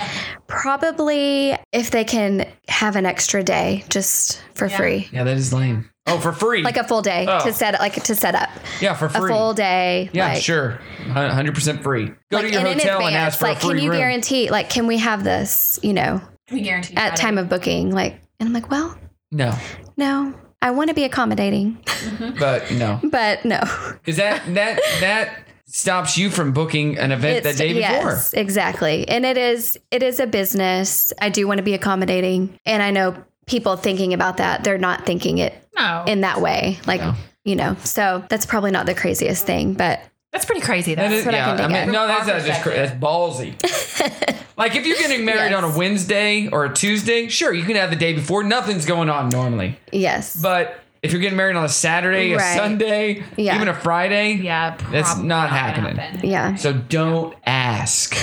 D: probably if they can have an extra day just for
C: Yeah.
D: free,
A: Yeah, that is lame. Oh, for free.
D: like a full day
A: Oh.
D: to set like to set up
A: yeah, for
D: a
A: free.
D: full day.
A: yeah,
D: like,
A: sure. Hundred percent free. Go
D: like,
A: to your
D: and in
A: hotel and
D: advance,
A: ask for
D: like,
A: a free
D: can you
A: room.
D: guarantee? Like, can we have this? You know,
C: we guarantee you
D: at
C: Friday.
D: time of booking. Like, and I'm like, well,
A: no,
D: no, I want to be accommodating, <laughs>
A: but no,
D: but no.
A: because that that that stops you from booking an event that day before.
D: yes, exactly. And it is it is a business. I do want to be accommodating, and I know people thinking about that. They're not thinking it
C: No,
D: in that way. Like,
A: No.
D: you know, so that's probably not the craziest thing, but
C: that's pretty crazy. Though.
A: That is,
D: what I
A: yeah,
D: can think of.
A: no, that's
C: From our
A: not just cra- that's ballsy.
D: <laughs>
A: like if you're getting married on a
D: Yes.
A: Wednesday or a Tuesday, sure, you can have the day before. Nothing's going on normally,
D: yes.
A: but if you're getting married on a Saturday, a
D: Right.
A: Sunday,
D: Yeah.
A: even a Friday,
C: yeah,
A: That's
C: probably
A: not
C: gonna
A: happening.
C: happen.
D: yeah,
A: So don't ask.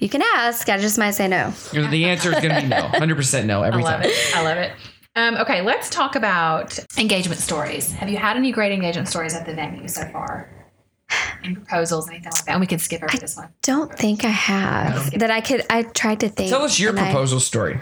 D: you can ask. I just might say no.
A: The answer is going to be no, hundred percent no
C: I
A: every
C: love
A: time.
C: it. I love it. Um, okay, let's talk about engagement stories. Have you had any great engagement stories at the venue so far? Any proposals, anything like that? And we can skip over this one.
D: Don't think I have that. I could. I tried to think.
A: Tell us your
D: and I-
A: proposal story.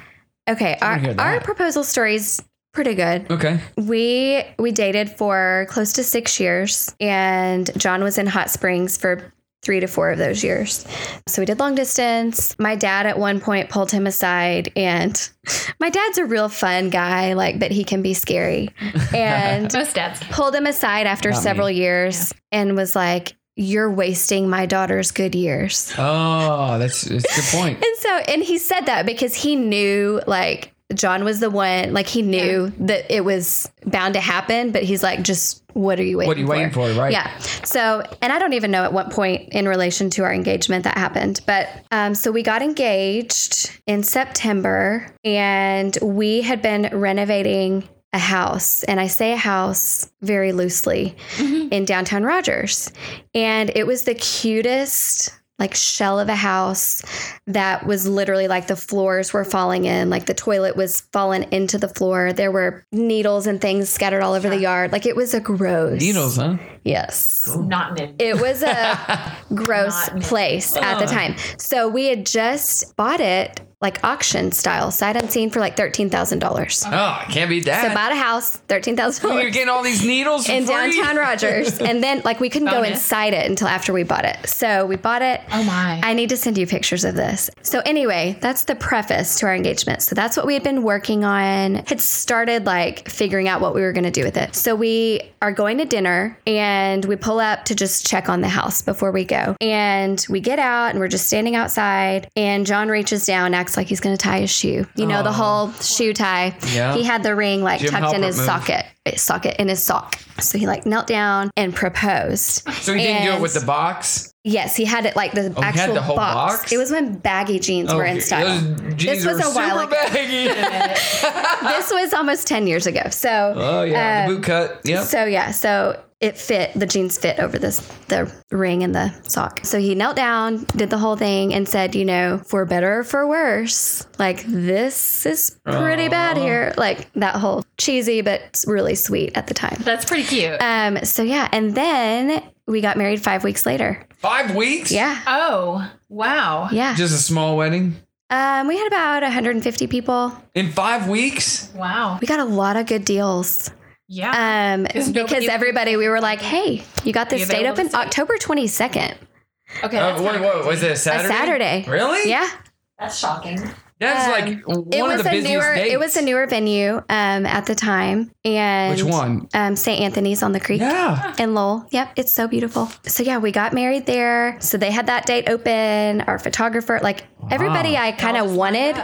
D: okay, our,
A: hear
D: our
A: that.
D: proposal story's pretty good.
A: Okay.
D: We we dated for close to six years, and John was in Hot Springs for three to four of those years. So we did long distance. My dad at one point pulled him aside, and <laughs> my dad's a real fun guy, like, but he can be
A: <laughs>
D: scary. And
C: Most dads can.
D: pulled him aside after
A: Not me.
D: several years and was like, "You're wasting my daughter's good years."
A: Oh, that's, that's a
D: <laughs>
A: good point.
D: And so, and he said that because he knew, like, John was the one, like, he knew that it was bound to happen, but he's like, just what are you waiting for?
A: What are you waiting for, right?
D: Yeah. So, and I don't even know at what point in relation to our engagement that happened, but um, so we got engaged in September and we had been renovating a house, and I say a house very loosely in downtown Rogers. And it was the cutest, like, shell of a house that was literally like the floors were falling in, like the toilet was fallen into the floor. There were needles and things scattered all over the yard. Like, it was a gross.
A: Needles,
D: <laughs>
A: huh? <laughs>
D: Yes.
C: <laughs> Not mid.
D: It was a gross
C: Not me.
D: place at the time. So we had just bought it like auction style, sight unseen for like thirteen thousand dollars. So
A: Oh, can't beat that.
D: bought a house, thirteen thousand
A: You're
D: dollars
A: getting all these needles for
D: in
A: free?
D: downtown Rogers, and then like we couldn't go
C: Bonus.
D: inside it until after we bought it. So we bought it.
C: oh my.
D: I need to send you pictures of this. So, anyway, that's the preface to our engagement. So, that's what we had been working on, had started like figuring out what we were going to do with it. So, we are going to dinner and we pull up to just check on the house before we go. And we get out and we're just standing outside. And John reaches down, acts like he's going to tie his shoe. You know, the whole shoe tie.
A: Yeah.
D: He had the ring like
A: Jim
D: tucked in
A: Halpert
D: his
A: move.
D: socket, socket in his sock. So, he like knelt down and proposed.
A: So he didn't do it
D: And-
A: with the box.
D: Yes, he had it like the
A: Oh, he had
D: actual
A: the whole
D: box.
A: box?
D: It was when baggy jeans were in style.
A: Those jeans
D: This was
A: were
D: a while
A: super
D: ago. <laughs>
A: baggy.
D: this was almost 10 years ago. So,
A: oh yeah,
D: um,
A: the boot cut. Yep.
D: so yeah, so it fit the jeans fit over this the ring and the sock. So he knelt down, did the whole thing, and said, you know, for better or for worse, like this is pretty bad here. Like that whole cheesy but really sweet at the time.
C: That's pretty cute.
D: Um, so yeah, and then we got married five weeks later.
A: Five weeks.
D: Yeah.
C: oh wow.
D: Yeah.
A: Just a small wedding
D: Um, we had about 150 people.
A: in five weeks.
C: Wow.
D: We got a lot of good deals.
C: Yeah.
A: Ah, <laughs>
D: Um,
C: nobody-
D: because everybody, we were like, hey, you got
C: You
D: this date
C: available
D: open
C: this week?
D: October 22nd.
C: okay.
A: Uh,
C: That's,
A: what,
C: kinda
A: what was it? A Saturday.
D: Saturday.
A: Really?
D: Yeah.
C: that's shocking.
A: That's
D: Um,
A: like one
D: it
A: of
D: was
A: the
D: a
A: busiest
D: newer
A: dates.
D: it was a newer venue um at the time. And
A: Which one?
D: Um St. Anthony's on the Creek.
A: Yeah.
D: In Lowell. Yep. It's so beautiful. So yeah, we got married there. So they had that date open, our photographer, like everybody I kind of wanted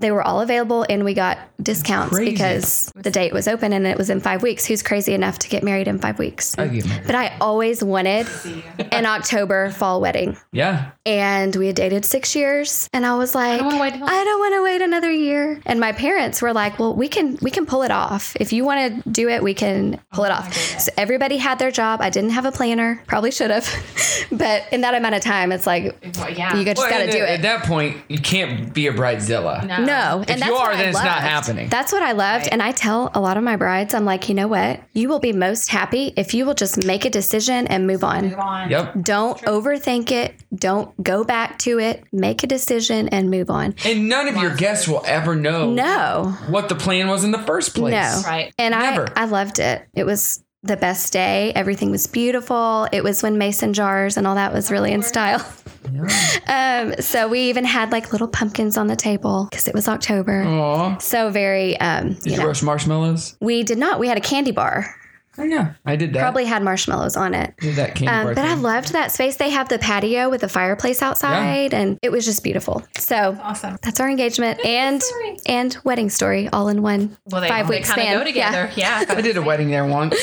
D: They were all available and we got discounts
A: Crazy.
D: because the date was open and it was in five weeks. Who's crazy enough to get married in five weeks?
A: I get married.
D: But I always wanted
C: See you.
D: an October fall wedding.
A: Yeah.
D: And we had dated six years, and I was like,
C: wanna wait till-
D: I don't want to wait another year. And my parents were like, Well, we can we can pull it off. If you want to do it, we can pull
A: Oh
D: it off. So everybody had their job. I didn't have a planner. Probably should have, <laughs> but in that amount of time, it's like
C: Well, yeah.
D: you just
A: Well,
D: got to
A: and
D: do
A: at,
D: it.
A: At that point, you can't be a bridezilla.
C: No.
D: No,
A: If you are,
D: what I
A: then it's not
D: loved.
A: happening.
D: That's what I loved, and I tell a lot of my brides, I'm like, you know what? You will be most happy if you will just make a decision and move on.
C: Move on.
A: Yep.
D: Don't overthink it. Don't go back to it. Make a decision and move on.
A: And none of your guests will ever know
D: No,
A: what the plan was in the first place.
D: <laughs> no.
C: Right.
D: And
A: Never.
D: I, I loved it. It was the best day. Everything was beautiful. It was when mason jars and all that was really in style. <laughs> um, so we even had like little pumpkins on the table because it was October.
A: Aw.
D: So very, um,
A: Mm. Did
D: you
A: you
D: know,
A: roast marshmallows?
D: we did not. We had a candy bar.
A: Oh, yeah. I did that.
D: Probably had marshmallows on it.
A: Did that candy
D: Um,
A: bar
D: but I
A: thing.
D: loved that space. They have the patio with the fireplace outside, and it was just beautiful. So
C: Awesome.
D: that's our engagement and and wedding story all in one
C: Well, they,
D: five
C: they
D: week
C: kind of
D: span.
C: go together.
D: <laughs>
C: Yeah.
D: Oh
A: I did a wedding there once.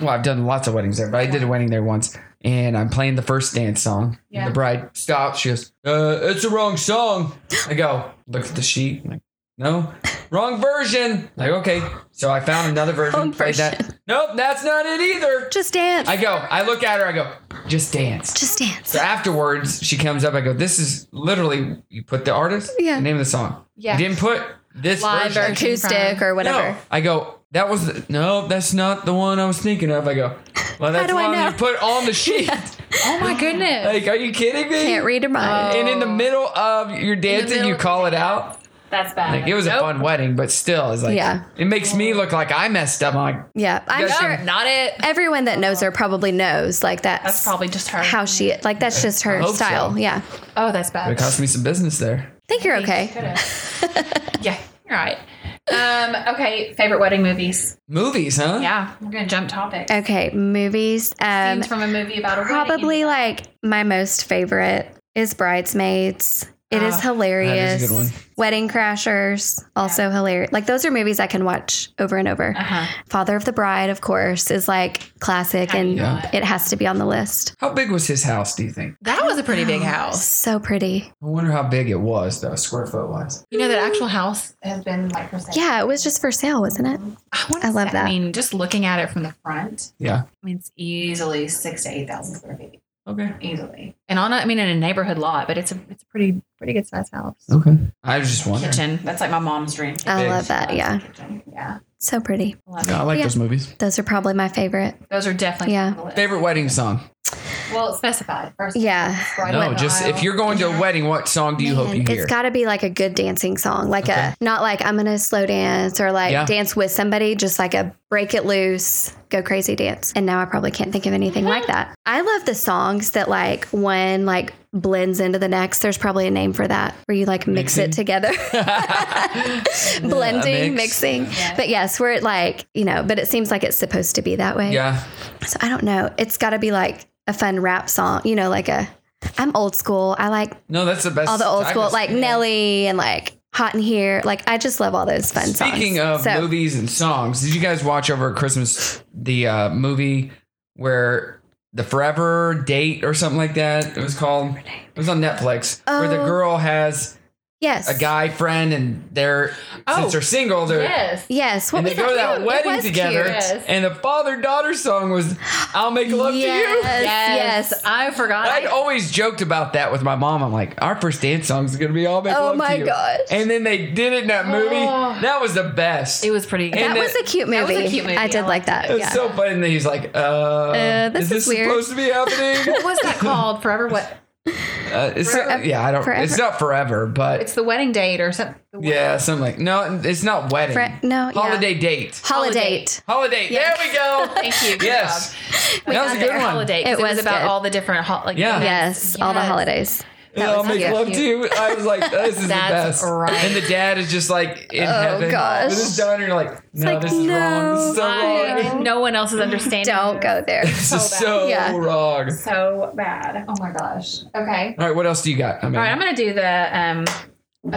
A: Well, I've done lots of weddings there, but I did a wedding there once. And I'm playing the first dance song.
C: Yeah.
A: The bride stops. She goes, uh, It's the wrong song. I go, Look at the sheet. I'm like, no, wrong version. Like, okay. So I found another version.
D: Wrong
A: played That. Nope, that's not it either.
D: Just dance.
A: I go, I look at her. I go, Just dance.
D: just dance.
A: So afterwards, she comes up. I go, "This is literally you put the artist,
D: Yeah.
A: the name of the song.
C: Yeah.
A: you didn't put this
C: Live
A: version.
C: version.
D: Acoustic or whatever.
A: No, I go. That was the, no. That's not the one I was thinking of. I go. Well, that's
D: do
A: the
D: I
A: one
D: know?
A: you put on the
D: <laughs>
A: sheet.
C: oh my goodness.
A: Like, are you kidding me?
D: Can't read her mind.
A: And in the middle of your dancing,
C: middle
A: you
C: of
A: call it out.
C: That's bad.
A: Like it was a fun wedding, but still, it's like
D: Yeah.
A: it makes me look like I messed up. I'm like,
D: yeah, I'm
A: guys
D: sure
A: can-
C: Not it.
D: everyone that knows her probably knows. Like that's,
C: That's probably just her.
D: how she like that's just her
A: hope
D: style.
A: so.
D: Yeah,
C: Oh, that's
A: it
C: bad.
A: cost me some business there.
D: I think you're okay. <laughs>
C: yeah. You're right. Um, okay. Favorite wedding movies.
A: Movies, huh?
C: Yeah. We're going to jump topic.
D: Okay, movies. Um,
C: Scenes from a movie about a wedding.
D: probably like my most favorite is Bridesmaids. It is
C: Ah,
D: hilarious.
A: that is a good one.
D: Wedding Crashers, also hilarious. Like those are movies I can watch over and over.
C: Uh-huh.
D: Father of the Bride, of course, is like classic
C: How do
D: and
C: you not?
D: it has to be on the list. Oh,
A: How big was his house? Do you think?
C: That was a pretty big house.
D: So pretty.
A: I wonder how big it was, though, square foot wise.
C: You know, that actual house has been like for sale.
D: Yeah, it was just for sale, wasn't it?
C: I, wanna
D: I love
C: say-
D: that.
C: I mean, just looking at it from the front,
A: Yeah.
C: I mean, it's easily six to 8,000 square feet.
A: Okay.
C: Easily. And on a, I mean, in a neighborhood lot, but it's a, it's a pretty, pretty good sized house.
A: Okay. I was just wondering.
C: Kitchen. That's like my mom's dream.
D: I
A: Big.
D: love that. Yeah.
C: Kitchen. Yeah.
D: So pretty.
C: I Love
A: Yeah, I
C: it.
A: like
D: Yeah.
A: those movies.
D: Those are probably my favorite.
C: Those are definitely
D: Yeah.
C: on the list.
A: Favorite wedding song?
C: Well, it's specified first.
D: Yeah.
C: Right
A: no,
C: down the
A: just
C: aisle.
A: if you're going to a wedding, what song do you hope you
D: Man,
A: hear?
D: It's got to be like a good dancing song, like a not like I'm gonna slow dance or like
A: Yeah.
D: dance with somebody, just like a break it loose, go crazy dance. And now I probably can't think of anything like that. I love the songs that like one like blends into the next. There's probably a name for that where you like mix
A: Mixing? <laughs>
D: it together, <laughs> blending,
A: mix.
D: mixing.
C: Yeah.
D: But yes, where it like you know, but it seems like it's supposed to be that way.
A: yeah.
D: So I don't know. It's got to be like a fun rap song, you know, like a. I'm old school. I like
A: No, that's the best.
D: all the old
A: type
D: school,
A: of-
D: like Nelly and like Hot in Here. Like I just love all those fun songs.
A: Speaking of
D: So,
A: movies and songs, did you guys watch over Christmas the uh, movie where the Forever Date or something like that? It was called. It was on Netflix. Where the
D: Oh.
A: girl has
D: yes,
A: a guy friend and they're
C: Oh.
A: since they're single, they're
C: Yes.
D: Yes, what
A: and they
D: was
A: go to that
D: cute? It
A: wedding
D: was
A: together.
D: cute.
C: Yes.
A: And the father daughter song was "I'll Make Love
D: <gasps> Yes.
A: to You."
C: Yes.
D: Yes.
C: I forgot.
A: I'd always joked about that with my mom. I'm like, our first dance song is gonna be "I'll Make
D: Oh
A: Love
D: my
A: to You."
D: gosh.
A: And then they did it in that movie.
C: Oh.
A: That was the best.
C: it was pretty good.
A: And
D: That
A: the-
D: was a cute
C: That was
D: movie.
C: a cute movie.
D: I did
C: I
D: like
C: liked
D: that.
A: It was
D: yeah.
A: so funny. And then he's like, uh,
D: this
A: is this
D: is weird.
A: supposed to be
D: <laughs>
A: happening?
C: what was
A: <laughs>
C: that called? Forever what?
A: uh, it's,
D: Forever-
A: yeah, I don't. It's
D: forever.
A: not forever, but
C: It's the wedding date or something. The wedding-
A: yeah, something like no, it's not wedding.
D: Fre- no, yeah.
A: holiday date.
D: Holiday.
A: Holiday. There we
D: <laughs>
A: go.
C: Thank you. Good
A: yes,
C: job.
A: that was a
C: Got
A: good
C: there.
A: one.
C: Holiday. 'cause
D: It
C: It, was,
D: was
C: about
D: good.
C: all the different hol- like
A: Yeah.
D: Yes, all the
C: Yes.
D: holidays.
A: Yeah,
D: That
A: I'll
D: was
A: make
D: cute.
A: love to you. I was like, this is
C: That's
A: the best.
C: right.
A: And the dad is just like in
D: Oh,
A: heaven.
D: gosh.
A: When it's done, you're like, no,
D: like,
A: this is wrong. This is so
C: I-
A: wrong.
C: no one else is understanding.
D: <laughs> Don't go
C: <laughs>
A: <laughs>
D: there.
A: This
C: so
A: is
C: bad.
A: so
D: Yeah.
A: wrong.
C: So bad. Oh my gosh. Okay.
A: All right, what else do you got? I mean,
C: All right, I'm gonna do the um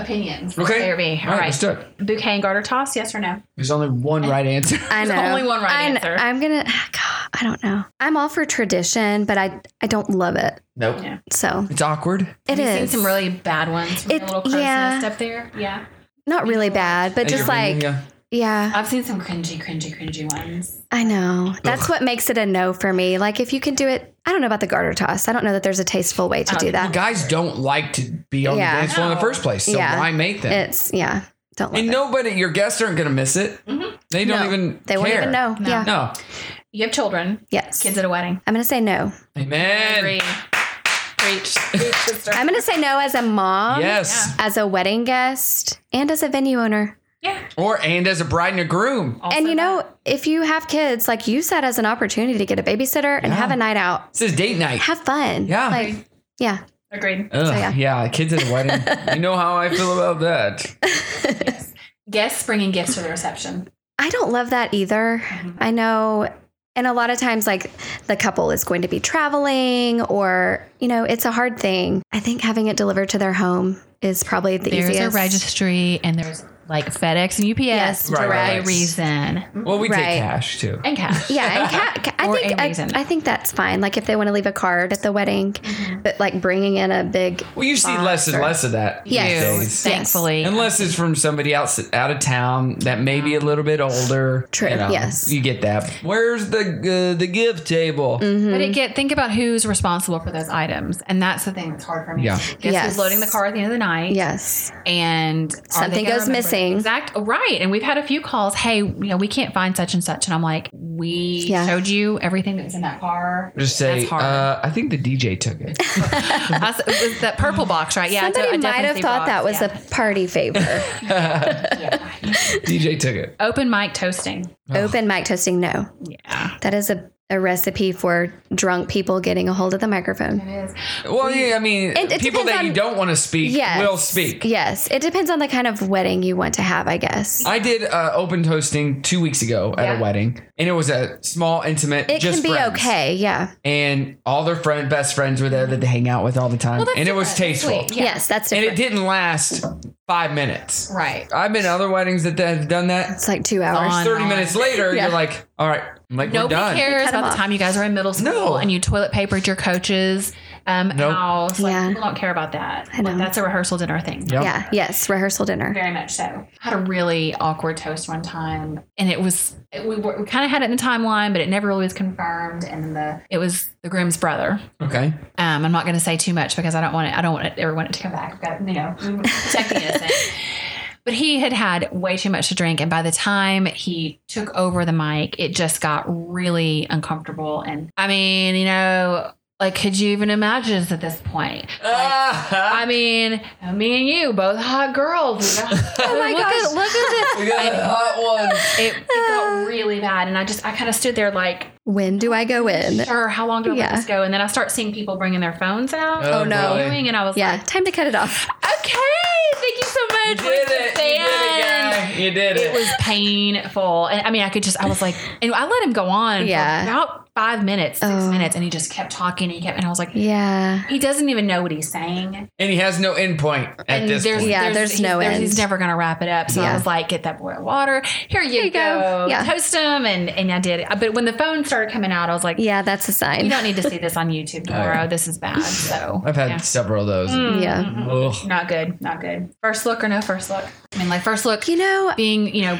C: opinions.
A: Okay.
C: There be. All
A: All right,
C: right.
A: let's do it.
C: Bouquet and garter toss, yes or no?
A: There's only one right answer.
D: I know.
C: There's only one right
D: I,
C: answer.
D: I'm gonna. <sighs> God, I don't know. I'm all for tradition, but I I don't love it.
A: <laughs> Nope.
C: Yeah.
D: So
A: It's awkward.
C: Have
D: it
C: you
D: is
C: seen some really bad ones from
D: It-
C: the little crow's
D: yeah.
C: nest up there? Yeah.
D: not really bad, but
A: At your
D: just like
A: venue, yeah.
D: yeah.
C: I've seen some cringy, cringy, cringy ones.
D: I know. That's what makes it a no for me. Like if you can do it, I don't know about the garter toss. I don't know that there's a tasteful way to
C: Oh,
D: do
A: Well,
D: that.
A: guys don't like to be on
D: Yeah.
A: the dance floor in the
C: No.
A: first place. So
D: Yeah.
A: why make them?
D: It's yeah. Don't love
A: and
D: it.
A: nobody, your guests aren't going to miss it.
C: Mhm.
A: They don't
D: Mm-hmm. No.
A: even.
D: They won't
A: care.
D: even know.
C: No.
D: Yeah.
A: No.
C: You have children,
D: Yes.
C: kids at a wedding.
D: I'm gonna say no.
A: Amen. <laughs>
C: Agree. Preach. Preach, sister.
D: I'm gonna say no as a mom,
A: Yes.
D: as a wedding guest, and as a venue owner.
C: yeah.
A: Or and as a bride and a groom.
C: Also
D: and you
C: that.
D: know, if you have kids, like use that as an opportunity to get a babysitter and
A: Yeah.
D: have a night out.
A: This is date night.
D: Have fun.
A: Yeah.
D: Like yeah.
C: Agreed.
A: Ugh,
D: yeah.
A: yeah. kids at a wedding. you know how I feel about that.
C: Yes. Guests bringing gifts to the reception.
D: I don't love that either.
B: Mm-hmm.
C: Mhm.
D: I know. And a lot of times, like the couple is going to be traveling, or, you know, it's a hard thing. I think having it delivered to their home is probably the
B: There's a
D: easiest.
B: registry and there's like FedEx and UPS
D: Yes,
B: for
A: Right, right,
B: a
A: right.
B: reason.
A: Well, we
D: Right.
A: take cash too.
C: And cash.
D: Yeah, and
B: <laughs>
D: ca- ca- I
B: Or
D: think
B: a reason.
D: I, I think that's fine. Like if they want to leave a card at the wedding,
B: Mm-hmm.
D: but like bringing in a big
A: Well, you see
D: Box
A: less and
D: or-
A: less of that. these
D: Ah, Yes.
A: days.
B: Thankfully.
A: Unless it's from somebody else out of town that may be a little bit older.
D: True, yes.
A: You get that. Where's the uh, the gift table?
D: Mm,
C: But it get think about who's responsible for those items, and that's the thing that's hard for me.
A: Yeah.
C: Guess
D: Yes.
C: who's loading the car at the end of the night?
D: yes,
C: and are they gonna
D: Something goes
C: remember?
D: missing.
C: Exact right. And we've had a few calls. Hey, you know, we can't find such and such, and I'm like, we
D: Yeah.
C: showed you everything that was in that car.
A: Just say,
C: That's hard.
A: uh, I think the DJ took
D: <laughs>
A: it.
C: I s- it was that purple box, right? Yeah, I
D: somebody
C: de- I
D: might have
C: definitely
D: thought that was
C: box.
D: a party favor.
C: Yeah. Yeah.
A: DJ took it.
C: open mic toasting.
D: Open mic testing, no,
C: Yeah,
D: that is a, a recipe for drunk people getting a hold of the microphone.
C: it is.
A: Well, yeah, I mean,
D: It- it
A: people
D: depends
A: that you
D: on-
A: don't want to speak
D: Yes.
A: will speak.
D: Yes, it depends on the kind of wedding you want to have, I guess.
A: I did uh, open toasting two weeks ago at
C: Yeah.
A: a wedding, and it was a small, intimate.
D: it
A: just
D: can be
A: friends.
D: okay, yeah.
A: And all their friend, best friends were there that they hang out with all the time,
C: Well, that's
A: and it was
C: different.
A: tasteful.
C: Sweet. Yeah.
D: Yes, that's
A: And
D: different.
A: it didn't last five minutes.
C: Right.
A: I've been to other weddings that have done that.
D: it's like two hours.
A: It's Thirty
C: on.
A: minutes later,
D: Yeah.
A: you're like, all right, I'm like we're
C: Nobody
A: done.
C: cares
D: cut 'em
C: about
D: off.
C: the time you guys were in middle school
A: No.
C: and you toilet papered your coaches. Um,
A: Nope.
C: house. Like,
D: Yeah.
C: People don't care about that.
D: I know.
C: Like, that's a rehearsal dinner thing.
A: Yep.
D: Yeah, yes, rehearsal dinner.
C: Very much so. I had a really awkward toast one time, and it was it- we, were- we kind of had it in the timeline, but it never really was confirmed. And then the it was the groom's brother.
A: Okay.
C: Um, I'm not going to say too much because I don't want it. I don't want it, ever want it to come back. But you know, we protect the innocent. <laughs> But he had had way too much to drink, and by the time he took over the mic, it just got really uncomfortable. And I mean, you know, like, could you even imagine this at this point?
A: Ah,
C: I mean, me and you, both hot <laughs> girls. oh
D: my
C: look
D: gosh.
C: At, look
A: <laughs>
C: at
A: we got a hot one.
C: this. It, it got really bad, and I just, I kind of stood there like,
D: <laughs> When do I go in?
C: sure, how long do I
D: Yeah.
C: let this go? And then I start seeing people bringing their phones out.
A: Oh,
D: Oh, no.
A: boy.
C: doing, and I was
D: Yeah,
C: like,
D: time to cut it off.
C: okay, thank you so much.
A: You did it. You did it, guy. You did
C: It
A: it.
C: was painful, and I mean, I could just, I was like, and I let him go on
D: Yeah.
C: for about five minutes, six
D: Oh.
C: minutes, and he just kept talking. He kept, and I was like.
D: Yeah.
C: He doesn't even know what he's saying.
A: And he has no end point at
C: and
A: this
C: there's,
A: point.
D: Yeah, there's
C: he's,
D: no end.
C: He's never going to wrap it up. So
D: Yeah.
C: I was like, get that boy a water. Here you,
D: you go.
C: go.
D: Yeah.
C: Toast him. And, and I did. But when the phone started coming out, I was like,
D: Yeah, that's a sign.
C: you don't need to see this on YouTube tomorrow. This is bad. So
A: I've had
C: yeah. Mm. Mm-hmm.
A: several of those.
D: yeah.
A: Ugh.
C: Not good. Not good. First look or no first look? I mean, like first look
D: You know,
C: being, you know,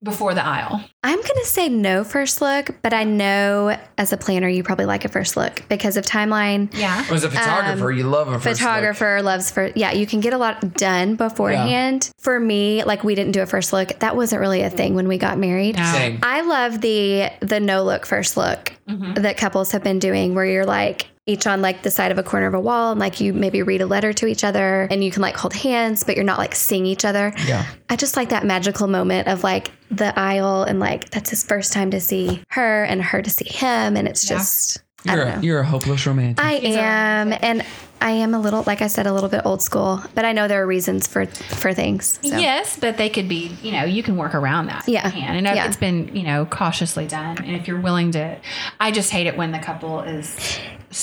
C: before the aisle.
D: I'm going to say no first look, but I know as a planner, you probably like a first look because of timeline.
C: Yeah.
A: As a photographer, you love a first
D: Um, Photographer loves for yeah, you can get a lot done beforehand. For me, like we didn't do a first look. That wasn't really a thing when we got married.
A: Look.
C: No.
A: Same.
D: I love the the no look first look
C: Mm-hmm.
D: that couples have been doing where you're like each on like the side of a corner of a wall and like you maybe read a letter to each other and you can like hold hands but you're not like seeing each other.
A: Yeah.
D: I just like that magical moment of like the aisle and like that's his first time to see her and her to see him and it's
C: Yeah.
D: just I
A: You're
D: don't
A: a,
D: know.
A: you're a hopeless romantic.
D: I
C: a-
D: am and I am a little like I said a little bit old school, but I know there are reasons for for things. So.
C: Yes, but they could be, you know, you can work around that.
D: Yeah.
C: You can. And if
D: Yeah.
C: it's been, you know, cautiously done. And if you're willing to, I just hate it when the couple is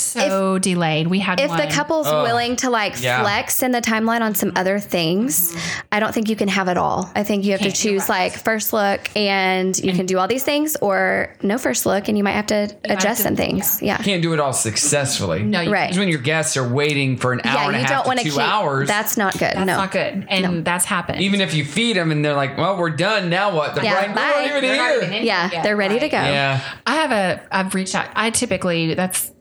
C: so delayed. We had
D: if
C: one.
D: the couple's
A: Ugh.
D: willing to like
A: Yeah.
D: flex in the timeline on some other things, I don't think you can have it all. I think you have
C: Mm-hmm. Can't
D: to
C: do
D: choose
C: right.
D: like first look and you can do all these things or no first look and you might have to
C: have
D: adjust
C: to-
D: some things. Yeah.
A: Can't do it all successfully.
C: no, you,
D: Right.
A: Because when your guests are waiting for an hour and a
D: yeah, you
A: half
D: don't want
A: to
D: to
A: two
D: keep
A: hours,
D: that's not good.
C: that's
D: no.
C: not good, and that's happened.
A: even if you feed them and they're like, "Well, we're done now. What?" They're
D: Yeah,
A: like, "We're
D: bye.
A: not even
C: They're not
A: here."
C: even in
D: Yeah,
C: yet,
D: they're ready to
C: right?
D: go.
A: yeah.
C: I have a I've reached out. I typically that's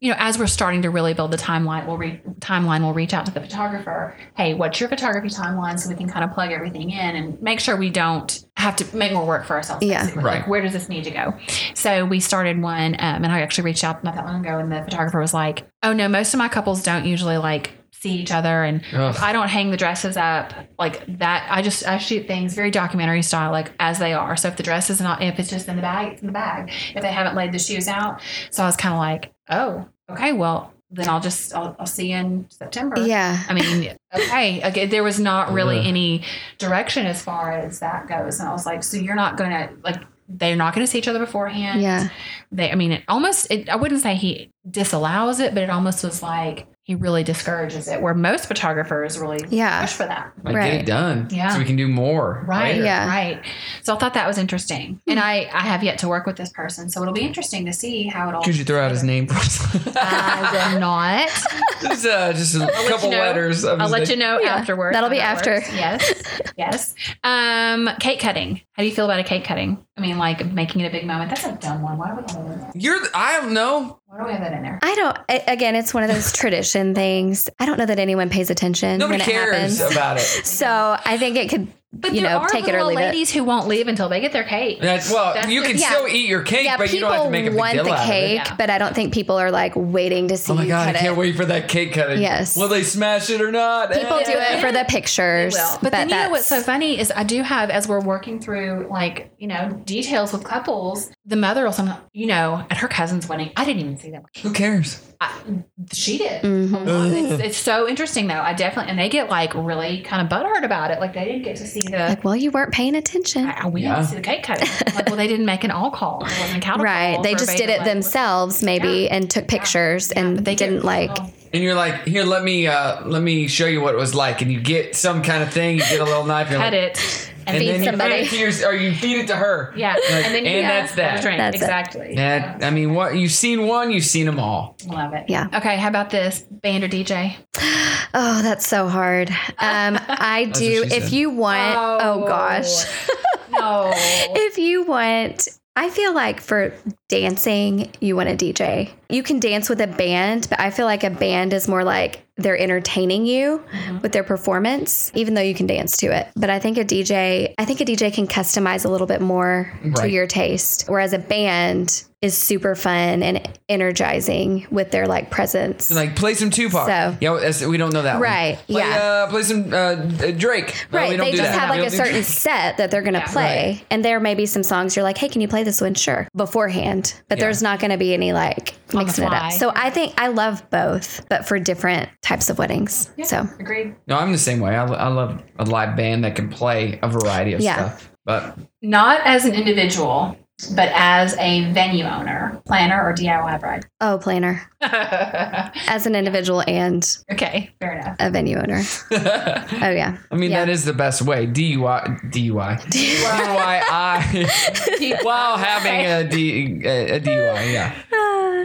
C: you know as we're starting to really build the timeline, we'll re, timeline we'll reach out to the photographer. Hey, what's your photography timeline so we can kind of plug everything in and make sure we don't have to make more work for ourselves.
D: Yeah.
C: basically.
A: Right.
C: Like where does this need to go? So we started one, um, and I actually reached out not that long ago, and the photographer was like, "Oh no, most of my couples don't usually like." see each other and
A: Ugh.
C: I don't hang the dresses up like that. I just I shoot things very documentary style, like as they are. So if the dress is not, if it's just in the bag, it's in the bag. If they haven't laid the shoes out, so I was kind of like, oh, okay, well then I'll just I'll, I'll see you in September.
D: Yeah.
C: I mean, okay, okay. There was not really
A: Yeah.
C: any direction as far as that goes, and I was like, so you're not gonna like they're not gonna see each other beforehand.
D: Yeah.
C: They, I mean, it almost. It, I wouldn't say he disallows it, but it almost was like he really discourages it. Where most photographers really
D: Yeah.
C: push for that.
A: Like, Get
D: Right.
A: it done.
C: Yeah.
A: So we can do more.
C: Right.
A: later.
D: Yeah. Hmm.
C: Right. So I thought that was interesting, and I I have yet to work with this person, so it'll be interesting to see how it all.
A: Could
C: <laughs>
A: you throw out his name for us?
D: Uh,
C: I will not.
A: <laughs> just, uh, just a
C: let
A: couple
C: you know.
A: letters. Of
C: I'll
A: his
C: let you
A: name.
C: know
D: Yeah,
C: afterwards.
D: that'll
C: how
D: be
C: that
D: after.
C: works.
D: <laughs>
C: Yes. yes. Um, cake cutting. How do you feel about a cake cutting? I mean, like making it a big moment. That's a dumb one. Why do we have that in there?
A: You're. the- I don't know.
C: Why do we have that in there?
D: I don't, a- again, it's one of those tradition <laughs> things. I don't know that anyone pays attention
A: Nobody
D: when
A: cares
D: it happens.
A: about
D: <laughs>
A: it.
D: So I think it could,
C: But
D: you
C: there
D: know,
C: are
D: take it or
C: little
D: leave it.
C: ladies who won't leave until they get their cake.
A: That's well.
C: That's
A: you
C: the-
A: can
D: Yeah.
A: still eat your cake,
D: Yeah,
A: but you
D: people
A: don't have to make a big
D: want
A: deal
D: the
A: out of it.
D: cake,
C: Yeah.
D: but I don't think people are like waiting to see.
A: Oh my
D: you
A: god! I
D: cut
A: can't
D: it.
A: wait for that cake cutting.
D: Yes.
A: Will they smash it or not?
D: People
A: Eh.
D: do it for the pictures,
C: Well, but then you know what's so
D: that's-
C: funny is I do have as we're working through like you know details with couples, the mother will sometimes you know at her cousin's wedding I didn't even see them.
A: Who cares?
C: I, she did. Oh,
D: Mhm.
C: It's, it's so interesting though. I definitely and they get like really kind of butthurt about it. Like they didn't get to see the
D: like, well, you weren't paying attention.
C: I- we
A: Yeah.
C: didn't see the cake cutting. like, well, they didn't make an all call. There wasn't a counter
D: Right.
C: call
D: They
C: for
D: just did
C: Vader,
D: it
C: like,
D: themselves, maybe, and took pictures
C: yeah,
D: and
C: but
D: they
C: get-
D: didn't like.
C: oh,
A: And you're like, here, let me, uh, let me show you what it was like. And you get some kind of thing. You get a little knife. You're
C: cut
A: like,
C: it and,
A: And
D: Feed
A: then
D: somebody.
A: you feed it to your, or you feed it to her.
C: yeah,
A: Like,
C: and then you
A: and
C: yeah,
A: that's that.
C: have a drink.
D: That's it.
C: exactly.
A: That, I mean, what you've seen one, you've seen them all.
C: Love it.
D: Yeah.
C: Okay. How about this band or DJ?
D: Oh, that's so
C: <laughs>
D: hard. Um, I
A: That's what
D: do.
A: she
D: If
A: said.
D: you want, oh gosh.
C: <laughs> no.
D: if you want i feel like for dancing you want a dj you can dance with a band but i feel like a band is more like they're entertaining you with their performance even though you can dance to it but i think a dj i think a dj can customize a little bit more to
A: Right.
D: your taste whereas a band is super fun and energizing with their like presence
A: So, like, play some Tupac.
D: So-
A: yeah, that's- we don't know that. one.
D: Right,
A: Play,
D: yeah.
A: Uh, play some uh, d- Drake. No, we
D: Right,
A: don't
D: they
A: do
D: just
A: that.
D: have
A: We don't
D: like a
A: do
D: certain
A: Drake.
D: set that they're going to
C: Yeah.
D: play, and there may be some songs you're like, "Hey, can you play this one?" Sure, beforehand, but
A: Yeah.
D: there's not going to be any like
C: On the
D: mixing it
C: fly.
D: up. So I think I love both, but for different types of weddings. <laughs> So
C: Agreed.
A: No, I'm the same way. I, I love a live band that can play a variety of
D: Yeah.
A: stuff. But
C: Not as an individual, but as a venue owner, planner, or DIY
D: <laughs>
C: bride.
D: oh, planner as
A: <laughs>
D: an individual and
C: okay. Fair enough.
D: a venue owner.
A: <laughs> I
D: Oh yeah,
A: mean,
D: Yeah.
A: that is the best way. DUI, DUI, DUI. While having a, D, a, a DUI, yeah,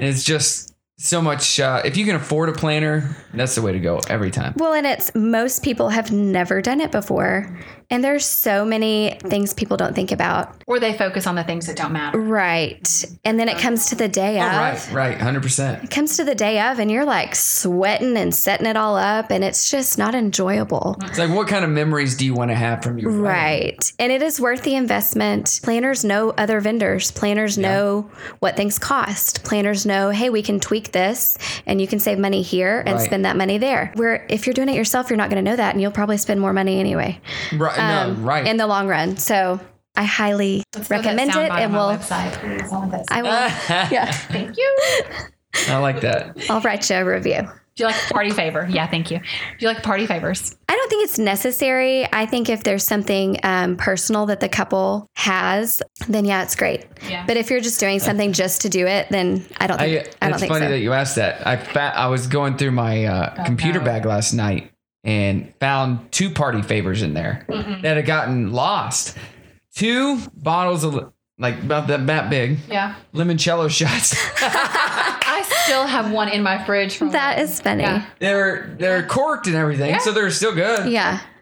A: it's just so much. Uh, if you can afford a planner, that's the way to go every time.
D: Well, and it's most people have never done it before, and there's so many things people don't think about.
C: Or they focus on the things that don't matter.
D: Right, and then it comes to the day of.
A: Right, right, hundred percent.
D: It comes to the day of and you're like sweating and setting it all up and it's just not enjoyable.
A: It's like, what kind of memories do you want to have from your wedding?
D: Right. And it is worth the investment. Planners know other vendors. Planners know what things cost. Planners know, hey, we can tweak this and you can save money here and
A: Right.
D: spend that money there. Where if you're doing it yourself, you're not going to know that and you'll probably spend more money anyway
A: Right, no,
D: um,
A: right. <laughs>
D: in the long run. So I highly recommend it and we'll,
C: Website,
A: Uh,
C: please. I want that
D: I will,
A: yeah,
C: Thank you.
A: I like that.
D: I'll write you a review.
C: Do you like party favor? Yeah, thank you. Do you like party favors?
D: I don't think it's necessary. I think if there's something um, personal that the couple has, then yeah, it's great.
C: Yeah.
D: But if you're just doing something just to do it, then I don't think I, don't
A: it's
D: think
A: funny
D: so. Oh,
A: that you asked that. I fa- I was going through my uh, computer
C: no.
A: bag last night and found two party favors in there
D: Mm-hmm.
A: that had gotten lost. Two bottles of like about that that big
C: Yeah.
A: limoncello <laughs> shots.
C: I still have one in my fridge from
D: that is funny.
C: Yeah.
D: Yeah.
A: they're they're corked and everything, so they're still good.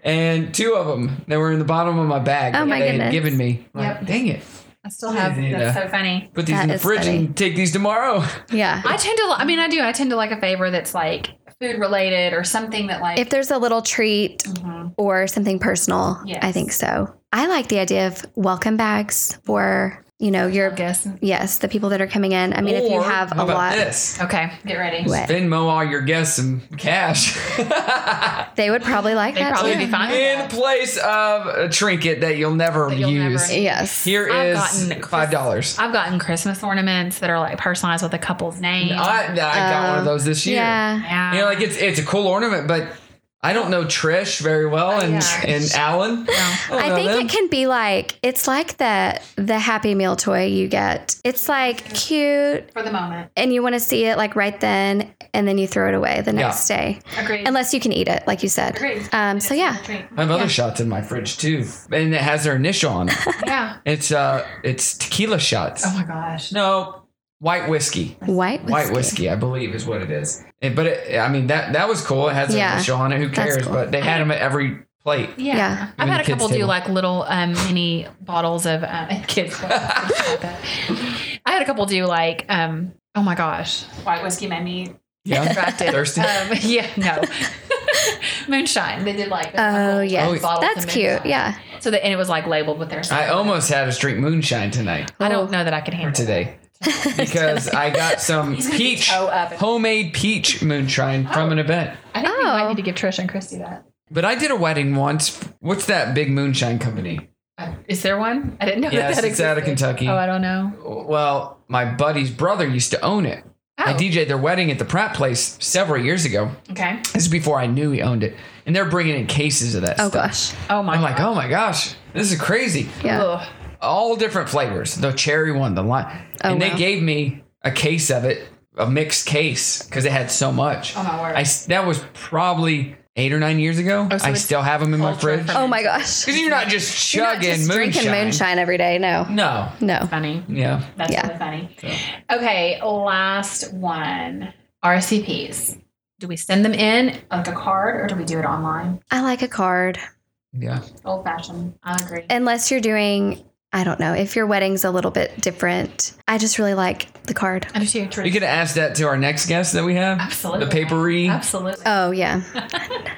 A: And two of them that were in the bottom of my bag
D: Oh
A: that
D: my
A: they had
D: goodness.
A: given me. Like,
C: Yep.
A: Dang it!
C: I still have. That's so funny.
A: Put these
D: That
A: in the
D: is
A: fridge
D: funny.
A: and take these tomorrow.
D: Yeah.
C: I tend to. li- I mean, I do. I tend to like a favor that's like food related or something that like.
D: If there's a little treat
C: Mhm.
D: or something personal,
C: Yes.
D: I think so. I like the idea of welcome bags for, you know, your
C: I guess.
D: yes, the people that are coming in. I mean, if you
A: Or,
D: have
A: how
D: a
A: about
D: lot,
A: This?
C: Okay, get ready.
D: What?
A: Venmo all your guests some cash. <laughs>
D: they would probably like
C: They'd
D: that.
C: probably
D: too.
C: be fine with
A: in
C: that.
A: place of a trinket that you'll never
C: That you'll never
A: use.
C: need.
D: Yes.
A: Here
C: I've
A: is
C: gotten
A: five dollars.
C: I've gotten Christmas ornaments that are like personalized with a couple's name.
A: I, I got one of
D: Um,
A: those this year.
D: Yeah.
C: yeah.
A: You know, like it's it's a cool ornament, but I don't know Trish very well and
C: yeah.
A: and Alan. don't
D: I
A: know
D: think
A: them.
D: it can be like it's like the the Happy Meal toy you get. It's like cute
C: for the moment.
D: and you want to see it like right then and then you throw it away the
A: Yeah.
D: next day.
C: Agreed.
D: Unless you can eat it, like you said.
C: Agreed.
D: Um so yeah.
A: I have other shots in my fridge too, and it has their initial
D: <laughs>
A: on it.
C: Yeah.
A: it's uh, it's tequila shots.
C: Oh my gosh.
A: No, white whiskey.
D: White whiskey.
A: White whiskey, I believe, is what it is. And- but it, I mean that that was cool. It has an
D: Yeah.
A: initial on it. Who
D: That's
A: cares?
D: cool.
A: But they had them at every plate.
C: Yeah.
D: Yeah.
A: Even
C: I've had
A: the
C: a couple
A: kids'
C: do
A: table.
C: like little um, mini bottles of uh, <laughs> kids. I had a couple do like, um, oh my gosh, white whiskey made me
A: Yeah, thirsty.
C: Um, <laughs> yeah,
A: <laughs>
C: no. moonshine. They did like
D: Oh
C: yeah,
D: yes. That's cute. Yeah.
C: So that and it was like labeled with their.
A: I almost had us drink moonshine tonight
C: I
D: Oh.
C: don't know that I could
A: or
C: handle it. <laughs>
A: today because I got some
C: gonna be
A: peach
C: toe up. Oh.
A: homemade peach moonshine from an event.
C: I think we might
D: Oh.
C: need to give Trish and Christy that.
A: But I did a wedding once. What's that big moonshine company?
C: Uh, Is there one? I didn't know
A: Yes,
C: that that
A: it's out of
C: existed.
A: Kentucky.
C: Oh, I don't know.
A: Well, my buddy's brother used to own it. I
C: Oh.
A: DJ'd their wedding at the Pratt place several years ago.
C: Okay.
A: This is before I knew he owned it. And they're bringing in cases of that
D: Oh
A: stuff.
D: gosh.
C: Oh my.
A: I'm like, oh my gosh, this is crazy.
D: Yeah.
C: Ugh.
A: all different flavors. The cherry one, the lime,
D: Oh,
A: and they
D: wow.
A: gave me a case of it, a mixed case, because it had so much.
C: Oh, my word.
A: I s- that was probably eight or nine years ago.
C: so
A: I
C: it's
A: still have them in my
C: ultra
A: fridge.
C: fermented.
D: Oh my gosh.
A: Because you're not just
D: You're not
A: chugging
D: just
A: moonshine.
D: drinking moonshine every day. No.
A: No.
D: No.
C: Funny.
A: Yeah.
C: That's
D: Yeah.
C: really funny. Okay, last one. RCPs. Do we send them in like a card or do we do it online?
D: I like a card.
A: Yeah.
C: Old fashioned. I agree.
D: Unless you're doing I don't know, if your wedding's a little bit different. I just really like the card.
C: I do too. Trish.
A: You could ask that to our next guest that we have.
C: Absolutely.
A: The papery.
C: Absolutely.
D: Oh yeah.